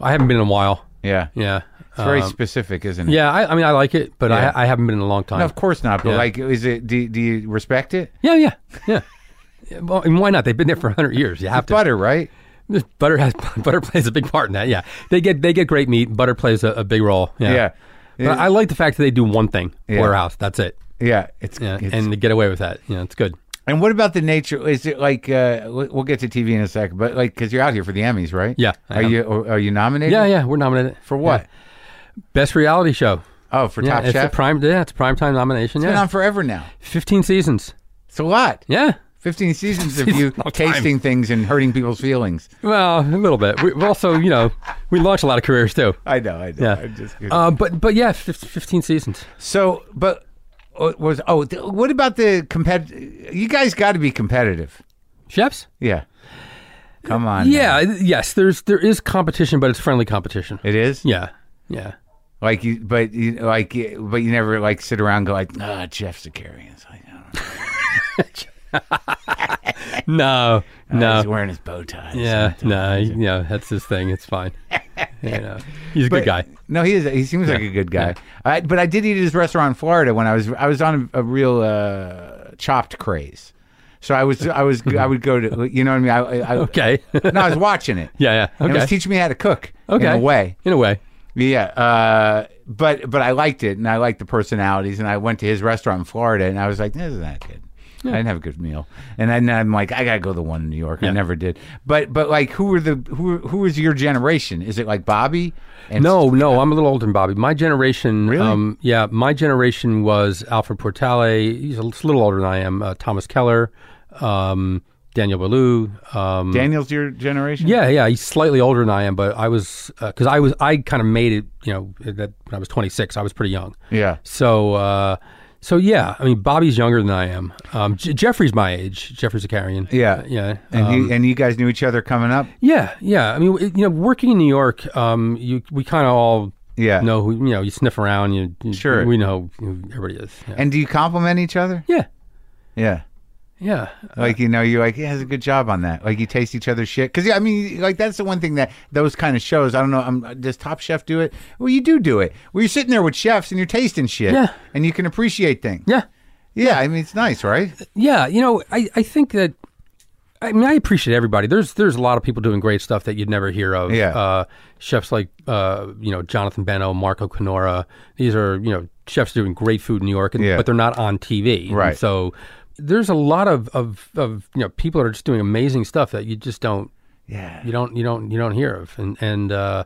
I haven't been in a while. Yeah. Yeah. It's very Um, specific, isn't it? yeah. I, I mean, I like it, but Yeah. I, I haven't been in a long time. No, of course not. But Yeah. like, is it? Do, do you respect it? Yeah, yeah, yeah. Yeah, <laughs> Well, and why not? They've been there for hundred years. You have to. Butter, right? <laughs> Butter has butter plays a big part in that. Yeah, they get they get great meat. Butter plays a, a big role. Yeah. Yeah. But I like the fact that they do one thing Yeah. warehouse. That's it. Yeah. It's, Yeah, it's- and and they get away with that. Yeah, it's good. what about the nature? Is it like uh, we- we'll get to TV in a second, but like because you're out here for the Emmys, right? Yeah, I Are am. you are, are you nominated? Yeah, yeah. We're nominated For what? Best reality show. Oh, for Yeah, Top it's Chef. a prime. Yeah, it's a primetime nomination. Been yeah, on forever now. fifteen seasons. It's a lot. Yeah. 15 seasons <laughs> of you tasting things and hurting people's feelings. Well, a little bit. We, we also, you know, we launched a lot of careers too. I know, I know. Yeah. I'm just kidding. Uh, but but yeah, fif- fifteen seasons. so, but uh, was oh, th- what about the compet? You guys got to be competitive. Chefs. Yeah. Come on. Yeah, th- yes, there's there is competition, but it's friendly competition. now. It is. Yeah, yeah. Like you, but you like, you- but you never like sit around and go like, ah, Jeff Zakarian's like, I don't know. No, he's no. wearing his bow tie. Yeah, no, you know, that's his thing. <laughs> It's fine. You know, he's a good guy. No, he is. He seems like a good guy. I, but I did eat at his restaurant in Florida when I was I was on a, a real uh, chopped craze. So I was I was I would go to you know what I mean. I, I, I- <laughs> Okay. no, I was watching it. Yeah, yeah. And it was Okay. teaching me how to cook. Okay. In a way. In a way. Yeah, uh, but but I liked it, and I liked the personalities, and I went to his restaurant in Florida, and I was like, "This is not good." I didn't have a good meal, and then I'm like, "I gotta go to the one in New York." I never did, but but like, who were the who who is your generation? Is it like Bobby? And No, no, I'm a little older than Bobby. My generation, Really? um, yeah, my generation was Alfred Portale. He's a little older than I am. Uh, Thomas Keller, um, Daniel Ballou. Um, Daniel's your generation. Yeah, yeah, he's slightly older than I am, but I was because I was I kind of made it, you know, that when I was 26, I was pretty young. Yeah. So, uh, so yeah, I mean, Bobby's younger than I am. Um, J- Jeffrey's my age. Jeffrey's a carrion. Yeah. yeah, And um, you and you guys knew each other coming up. yeah, yeah. I mean, it- you know, working in New York, um, you we kind of all Yeah. know who you know. You sniff around, you, you- Sure. we know who everybody is. Yeah, And do you compliment each other? yeah, Yeah. yeah. Like you know, you're like, yeah, it's a good job on that. Like you taste each other's shit. Because yeah, I mean, like that's the one thing that those kind of shows. I don't know. I'm, does Top Chef do it? Well, you do do it. Well, you're sitting there with chefs and you're tasting shit. Yeah. And you can appreciate things. yeah. Yeah, I mean, it's nice, right? Yeah, you know, I, I think that I mean I appreciate everybody. There's there's a lot of people doing great stuff that you'd never hear of. Yeah. Uh, chefs like uh, you know Jonathan Beno, Marco Canora. These are you know chefs doing great food in New York, and, Yeah. but they're not on TV. Right. And so there's a lot of, of of you know people that are just doing amazing stuff that you just don't Yeah. you don't you don't you don't hear of and and. Uh,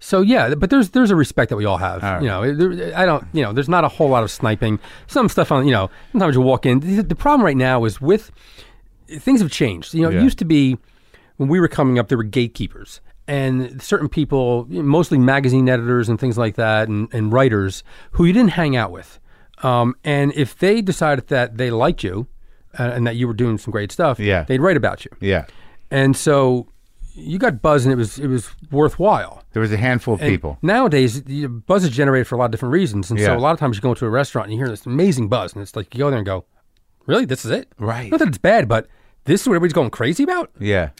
so yeah, but there's there's a respect that we all have. You know, it- there- I don't. You know, there's not a whole lot of sniping. Some stuff on. You know, sometimes you walk in. The, the problem right now is with things have changed. You know, Yeah. it used to be when we were coming up, there were gatekeepers and certain people, mostly magazine editors and things like that, and, and writers who you didn't hang out with. Um, and if they decided that they liked you uh, and that you were doing some great stuff, Yeah. they'd write about you. Yeah. And so you got buzz, and it was it was worthwhile. There was a handful of And people. Nowadays, you know, buzz is generated for a lot of different reasons. And Yeah. so a lot of times you go into a restaurant and you hear this amazing buzz, and it's like you go there and go, Really? This is it? Right. Not that it's bad, but this is what everybody's going crazy about? Yeah.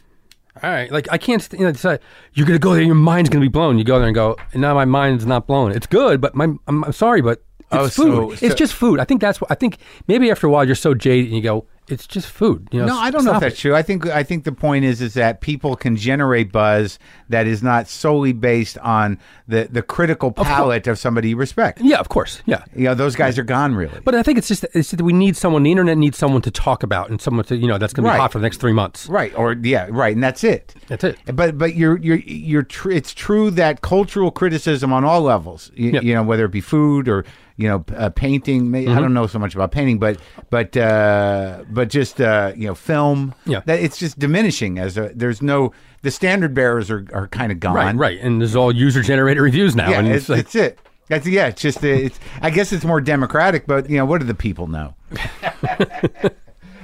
all right. Like I can't. st- You know, it's like, you're gonna go there. Your mind's gonna be blown. You go there and go. No, my mind's not blown. It's good, but my I'm, I'm sorry, but it's Oh, so- food. so- it's just food. I think that's what I think. Maybe after a while, you're so jaded and you go, it's just food. You know, No, I don't know if stop that's true. I think I think the point is is that people can generate buzz that is not solely based on the the critical palate of, somebody you respect. it. Yeah, of course. Yeah. You know, those guys are gone really. But I think it's just it's that we need someone. The internet needs someone to talk about and someone to you know that's going to Right. be hot for the next three months. right or yeah, right, and that's it. That's it. But but you're you're you're tr- it's true that cultural criticism on all levels, you, Yeah. you know, whether it be food or you know p- uh, painting. May Mm-hmm. I don't know so much about painting, but but uh, but just uh, you know film. Yeah. that it's just diminishing as a, there's no the standard bearers are are kind of gone. Right, right. And there's all user generated reviews now. Yeah, and it's, it's like, it's it. That's yeah. It's just uh, it's. I guess it's more democratic, but you know, what do the people <laughs> know?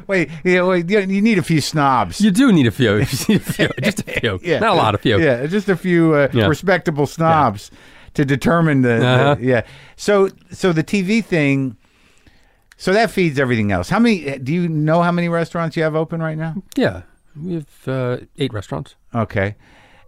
Wait, you know, wait, you you need a few snobs. you do need a few, <laughs> you <laughs> need a few, just a few, yeah, uh, not a lot of few. Yeah, just a few uh, Yeah. respectable snobs to determine the, the- Uh-huh. yeah. So so the TV thing. So that feeds everything else. How many? Do you know how many restaurants you have open right now? Yeah. We have uh, eight restaurants. Okay,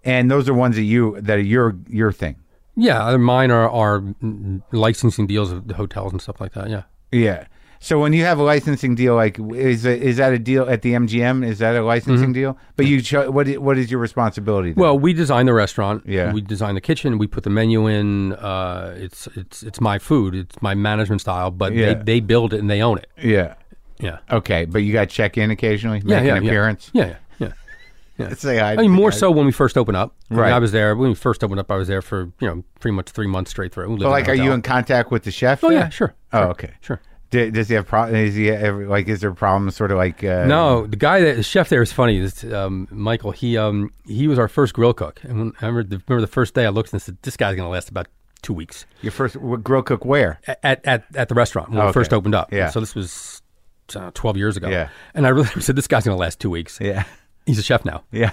and those are ones that you that are your your thing. Yeah, uh, mine are, are mm, licensing deals of the hotels and stuff like that. Yeah. Yeah. So when you have a licensing deal, like is a, is that a deal at the MGM? Is that a licensing deal? But you cho- what i- what is your responsibility? Then? Mm-hmm. Well, we design the restaurant. Yeah. We design the kitchen. We put the menu in. Uh, it's it's it's my food. It's my management style. But Yeah. they, they build it and they own it. yeah. Yeah. Okay, but you got to check in occasionally, make yeah. yeah. an yeah. appearance. Yeah. Yeah. <laughs> yeah. Say hi. I mean, more so when we first opened up. I mean, Right. I was there when we first opened up. I was there for you know pretty much three months straight through. living But like, in a are you hotel. in contact with the chef? Oh there? yeah, sure. Oh, sure, okay. Sure. D- does he have problems? Is he ever, like? Is there problems? Sort of like. Uh, No, the guy that the chef there is funny. This, um, Michael, he um, he was our first grill cook, and when, I remember the, remember the first day I looked and said, "This guy's going to last about two weeks." Your first w- grill cook where? A- At at, at the restaurant when Okay. we first opened up. Yeah. So this was uh, twelve years ago. Yeah. And I really <laughs> said, "This guy's going to last two weeks." <laughs> Yeah. He's a chef now. Yeah.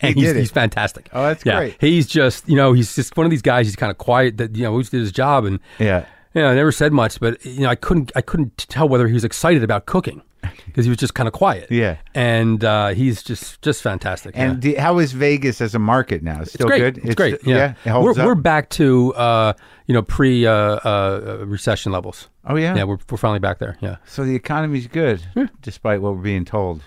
and He he's, did it. he's fantastic. Oh, that's yeah. great. He's just, you know, he's just one of these guys. He's kind of quiet. That you know, always did his job, and <laughs> Yeah. you know, never said much. But you know, I couldn't, I couldn't tell whether he was excited about cooking because he was just kind of quiet. Yeah. and uh, he's just, just fantastic. yeah. And do, how is Vegas as a market now? Still it's great. good. It's, great. Yeah, It holds we're up? we're back to uh, you know pre uh, uh, recession levels. Oh, yeah? yeah. We're, we're finally back there. Yeah, so the economy's good, despite what we're being told.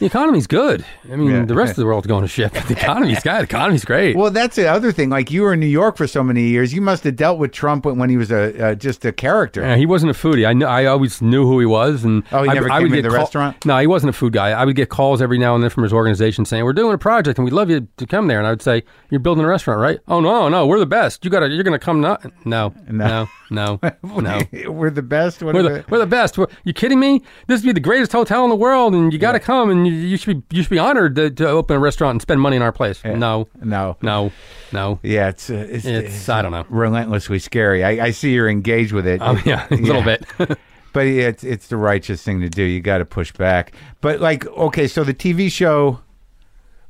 the economy's good. I mean, Yeah. the rest of the world's going to shit. but <laughs> The economy's good. The economy's great. Well, that's the other thing. Like you were in New York for so many years, you must have dealt with Trump when, when he was a uh, just a character. Yeah, Uh, he wasn't a foodie. I knew, I always knew who he was, and Oh, he I, never I came would into get the call- restaurant? No, he wasn't a food guy. I would get calls every now and then from his organization saying, "We're doing a project, and we'd love you to come there." And I would say, "You're building a restaurant, right? Oh no, no, we're the best. You got to, you're going to come not, no, no, <laughs> no, no." we're the best. What We're are the, we're the best. We're, you kidding me? This would be the greatest hotel in the world, and you got to come, and you, you should be you should be honored to, to open a restaurant and spend money in our place. No, No. no, no. Yeah, it's, uh, it's It's I don't <laughs> know. <laughs> relentlessly scary. I, I see you're engaged with it. Um, yeah, a little bit. <laughs> But it's it's the righteous thing to do. You got to push back. But like, okay, so the TV show,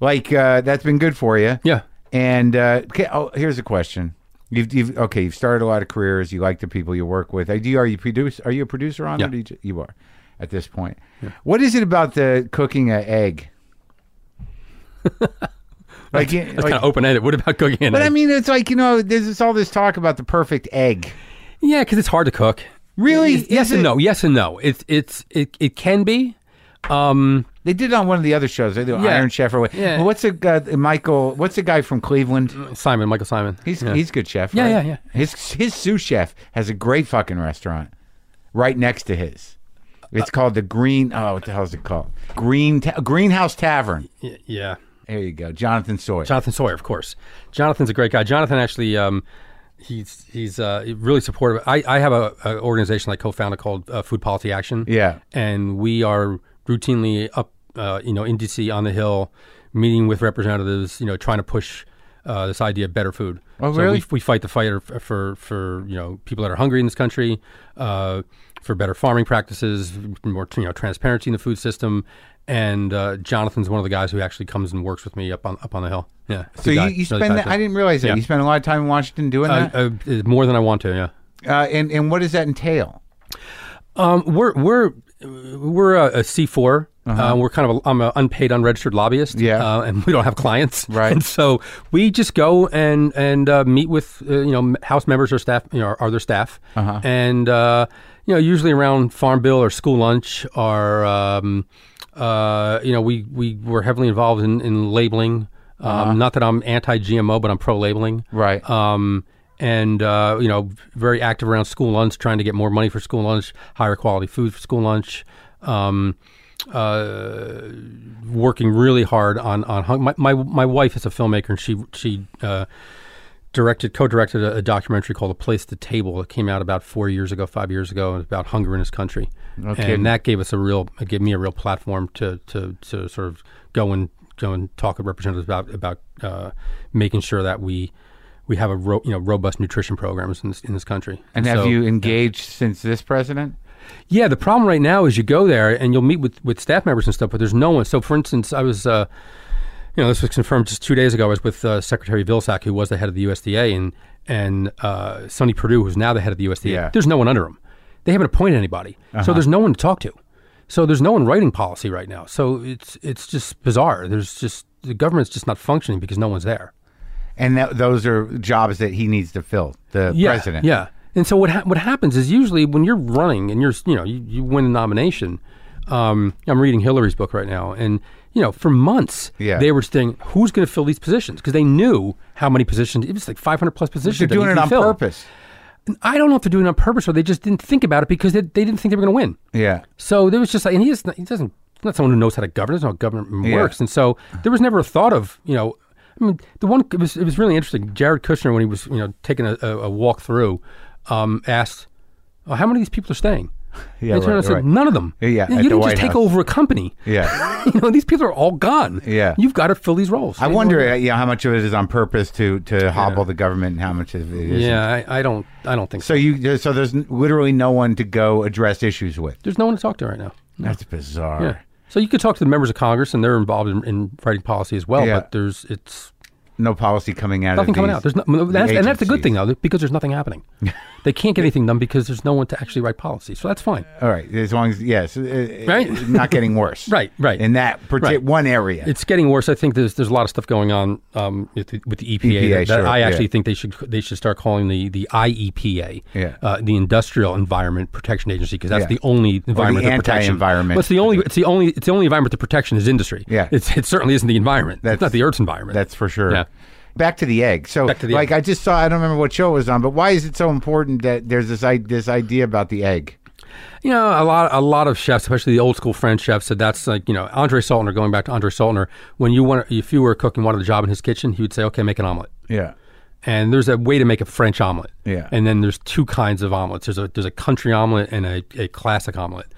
like uh, that's been good for you. yeah. And uh, okay, oh, here's a question. You've, you've okay. You've started a lot of careers. You like the people you work with. Uh, Do you, are you produce? Are you a producer on? Yeah. it? Do you, ju- you are, at this point. What is it about the cooking an <laughs> egg? like, you- That's like- kind of open ended. What about cooking? an but I egg? mean, it's like you know, there's this, all this talk about the perfect egg. Yeah, because it's hard to cook. Really? Yes, yes Is and it- no. Yes and no. It's it's it, it can be. Um, They did it on one of the other shows. They do Yeah. Iron Chef or what? Yeah. What's a guy Michael? What's the guy from Cleveland? Simon, Michael Simon. He's yeah. he's good chef. Yeah, right? yeah, yeah. His his sous chef has a great fucking restaurant right next to his. It's called the Green. Oh, what the hell is it called? Green ta- Greenhouse Tavern. Y- yeah. There you go, Jonathan Sawyer. Jonathan Sawyer, of course. Jonathan's a great guy. Jonathan actually, um, he's he's uh, really supportive. I, I have a, a organization I co-founded called uh, Food Policy Action. Yeah. and we are routinely up, uh, you know, in DC on the hill, meeting with representatives, you know, trying to push. Uh, this idea of better food. Oh, So really? we, we fight the fight for, for for you know people that are hungry in this country, uh, for better farming practices, more you know transparency in the food system, and uh, Jonathan's one of the guys who actually comes and works with me up on up on the hill. Yeah. so you, you spend that, I didn't realize that Yeah. you spend a lot of time in Washington doing uh, that. uh, uh, more than I want to. Yeah. Uh, and and what does that entail? Um, we're we're we're a a C4. Uh, we're kind of a, I'm an unpaid, unregistered lobbyist. Uh-huh. Yeah. uh, and we don't have clients. <laughs> Right. And so we just go and and uh, meet with uh, you know m- house members or staff, you know, or their staff, Uh-huh. and uh, you know usually around farm bill or school lunch or um, uh, you know we we were heavily involved in in labeling. Um, Uh-huh. Not that I'm anti-GMO, but I'm pro-labeling. Right. Um, and uh, you know, very active around school lunch, trying to get more money for school lunch, higher quality food for school lunch. Um, uh, working really hard on on hung- my, my my wife is a filmmaker, and she she uh, directed co-directed a, a documentary called "A Place at the Table" that came out about four years ago, five years ago, and it's about hunger in this country. kidding. and that gave us a real it gave me a real platform to to to sort of go and go and talk with representatives about about uh, making sure that we we have a ro- you know robust nutrition programs in this in this country. And have So- you engaged since this president? yeah, the problem right now is you go there and you'll meet with, with staff members and stuff, but there's no one. So, for instance, I was, uh, you know, this was confirmed just two days ago. I was with uh, Secretary Vilsack, who was the head of the USDA, and and uh, Sonny Perdue, who's now the head of the USDA. Yeah. There's no one under him. They haven't appointed anybody, so there's no one to talk to. So there's no one writing policy right now. So it's it's just bizarre. There's just the government's just not functioning because no one's there. And that, those are jobs that he needs to fill, the yeah, president. Yeah. And so what ha- what happens is usually when you're running and you're s- you know you, you win a nomination. Um, I'm reading Hillary's book right now, and you know for months Yeah. they were saying who's going to fill these positions because they knew how many positions it was like 500 plus positions. They're that doing need to it be on filled. purpose. And I don't know if they're doing it on purpose or they just didn't think about it because they, they didn't think they were going to win. Yeah. So there was just like, and he, is not, he doesn't, he's not someone who knows how to govern, doesn't know how government Yeah. works. And so there was never a thought of, you know, I mean, the one, it was, it was really interesting. Jared Kushner, when he was, you know, taking a, a, a walk through, um, asked, oh, how many of these people are staying? Yeah, And he turned around right, and said, right. none of them. Yeah, yeah, You, at know, the you didn't White just take House. over a company. Yeah. <laughs> you know, these people are all gone. Yeah. You've got to fill these roles. I wonder you know, how much of it is on purpose to, to hobble the government and how much of it is. Yeah, I, I don't, I don't think So so. you uh, so there's literally no one to go address issues with. There's no one to talk to right now. That's bizarre. Yeah. So you could talk to the members of Congress, and they're involved in, in writing policy as well. Yeah. But there's it's No policy coming out nothing of coming these- out. There's no, that's, the and that's a good agencies. thing though, because there's nothing <laughs> happening. they can't get anything done because there's no one to actually write policy. So that's fine. All right, as long as yes, it- Right? it's not getting worse. <laughs> Right, right. In that parti- Right. one area, It's getting worse. I think there's there's a lot of stuff going on um, with, the, with the EPA, EPA, that, that E sure, I yeah. actually think they should they should start calling the the IEPA, Yeah. uh, the Industrial Environment Protection Agency, because that's Yeah. the only environment that protection. anti-environment. Well, it's the only it's the only it's the only environment that protection is industry. Yeah. it's, it certainly isn't the environment. That's- it's not the Earth's environment. that's for sure. Yeah. Back to the egg. So, Back to the like, egg. I just saw. I don't remember what show it was on, but why is it so important that there's this i- this idea about the egg? You know, a lot, a lot of chefs, especially the old school French chefs, said that's like you know Andre Saltner. Going back to Andre Saltner, when you want, if you were cooking, wanted a job in his kitchen, he would say, "Okay, make an omelet." Yeah. And there's a way to make a French omelet. Yeah. And then there's two kinds of omelets. There's a there's a country omelet and a, a classic omelet.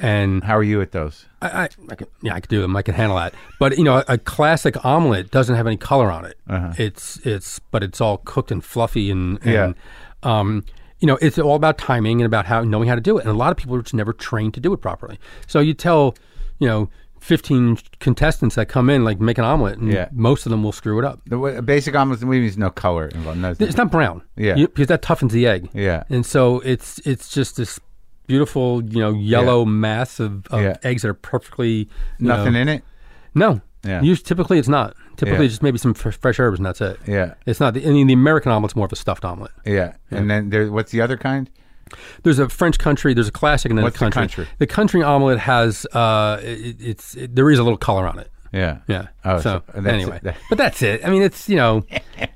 And How are you at those? I, I, I can, yeah, I can do them. I can handle that. But you know, a, a classic omelet doesn't have any color on it. It's it's, but it's all cooked and fluffy and, and Uh-huh. Yeah. um, you know, it's all about timing and about how knowing how to do it. And a lot of people are just never trained to do it properly. So you tell, you know, fifteen contestants that come in like make an omelet, and Yeah. most of them will screw it up. The wa- basic omelet means no color involved. No, It's not brown, Yeah. you- because that toughens the egg. Yeah. and so it's it's just this beautiful, you know, yellow mass of, of Yeah. eggs that are perfectly you nothing know, in it. no. Yeah. Usually, typically, it's not. Typically, Yeah. just maybe some fr- fresh herbs, and that's it. Yeah. It's not. The, I mean, the American omelet's more of a stuffed omelet. Yeah. And then there, what's the other kind? There's a French country. There's a classic, and then What's a the country. country? The country omelet has. Uh, it, it's it, there is a little color on it. Yeah. Yeah. Oh, so, so that's anyway, it. <laughs> but that's it. I mean, it's you know,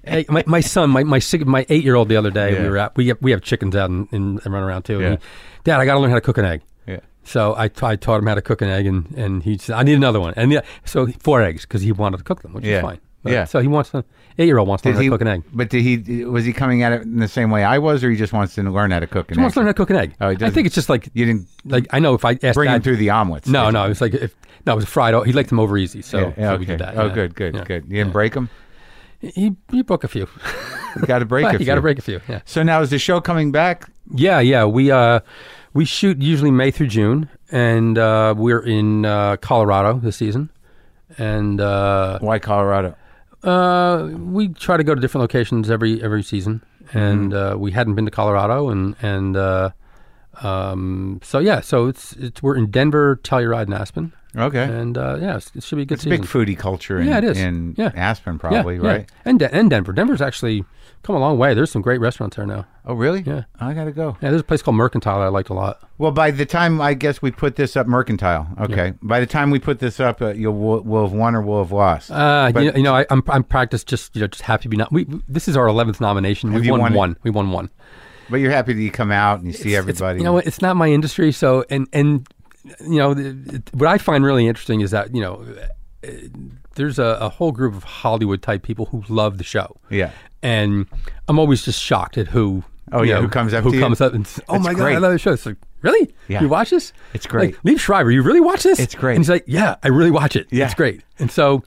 hey, my, my son, my my, sig- my eight year old the other day, Yeah. we were out. We have, we have chickens out and, and run around too. and Yeah. he, Dad, I got to learn how to cook an egg. Yeah. So I, t- I taught him how to cook an egg, and, and he said, I need another one. And yeah, so four eggs because he wanted to cook them, which Yeah. is fine. Yeah. So he wants to, eight year old wants to learn Did how he, to cook an egg. but did he was he coming at it in the same way I was, or he just wants to learn how to cook an He wants to egg? learn how to cook an egg. Oh, he I doesn't- think it's just like, you didn't like I know if I asked bring him Dad- through the omelets. No, no, it was like, if, no, it was fried. o- He liked them over easy. So, Yeah, yeah, so we okay. did that. oh, yeah. good, good, Yeah. good. You didn't break them. He, he broke a few. You got to break. a <laughs> you got few. to break a few. Yeah. So now is the show coming back? Yeah, yeah. We uh, we shoot usually May through June, and uh, we're in uh, Colorado this season, and uh, Why Colorado? uh, we try to go to Mm-hmm. different locations every every season, and uh, we hadn't been to Colorado, and and uh, Um, so yeah, so it's it's we're in Denver, Telluride, and Aspen, Okay. and uh, yeah, it's, it should be a good it's a season. big foodie culture in, Yeah, it is. in Yeah. Aspen, probably, yeah, yeah. right? And De- and Denver, Denver's actually come a long way. There's some great restaurants there now. Oh, really? Yeah. I got to go. Yeah, there's a place called Mercantile that I liked a lot. Well, by the time I guess we put this up, mercantile. Okay. By the time we put this up, uh, you'll we'll, we'll have won or we'll have lost. Uh, But- you, know, you know, I, I'm I'm practiced just you know just happy to be not. We this is our eleventh nomination. Have We you won, won it? one. We won one. but you're happy that you come out and you see It's- everybody. It's, you know, what, it's not my industry. So, and and you know, the- it, what I find really interesting is that you know, uh, there's a, a whole group of Hollywood type people who love the show. Yeah. and I'm always just shocked at who. Oh, you yeah, know, who comes up Who to you? comes up and says, "Oh It's my great. god, I love the show." It's like, really? Yeah. You watch this? It's great. Like, Liev Schreiber, you really watch this? It's great. And he's like, "Yeah, I really watch it. Yeah. It's great." And so,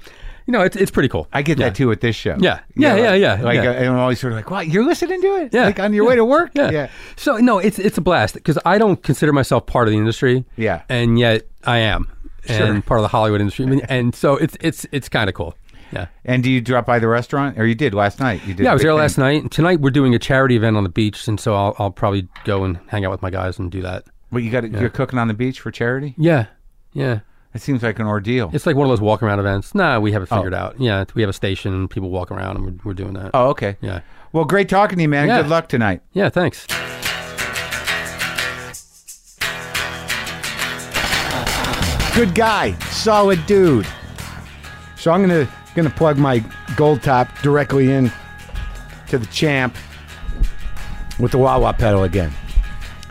you know, it's it's pretty cool. I get Yeah. that too with this show. Yeah. You Yeah, know, yeah, like- yeah, Like yeah. I, am always sort of like, "What? You're listening to it? Yeah. Like on your yeah, way to work? Yeah. So no, it's it's a blast because I don't consider myself part of the industry. Yeah. And yet I am. Sure. And part of the Hollywood industry. I mean, and so it's it's it's kind of cool. Yeah. And do you drop by the restaurant, or you did last night? You did. Yeah, a I was big there thing. last night. And tonight we're doing a charity event on the beach, and so I'll I'll probably go and hang out with my guys and do that. But you got to you're cooking on the beach for charity. Yeah. Yeah. It seems like an ordeal. It's like one of those walk around events. Nah, we have Oh. it figured out. Yeah, we have a station and people walk around and we're, we're doing that. oh, okay. Yeah. Well, great talking to you, man. Yeah. Good luck tonight. Yeah, thanks. Good guy, solid dude. So I'm gonna gonna plug my gold top directly in to the champ with the wah wah pedal again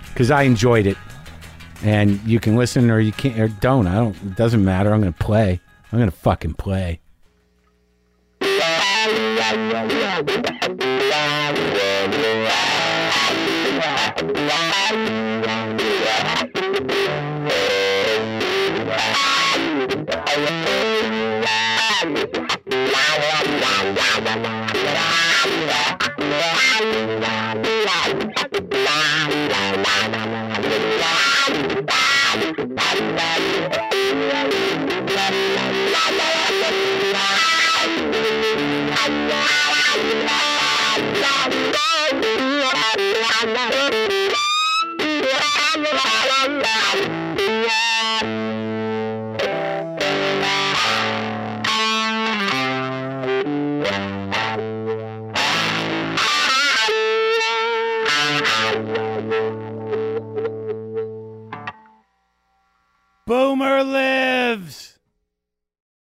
because I enjoyed it. And you can listen or you can't or don't. I don't. It doesn't matter. I'm gonna play. I'm gonna fucking play. Boomerland.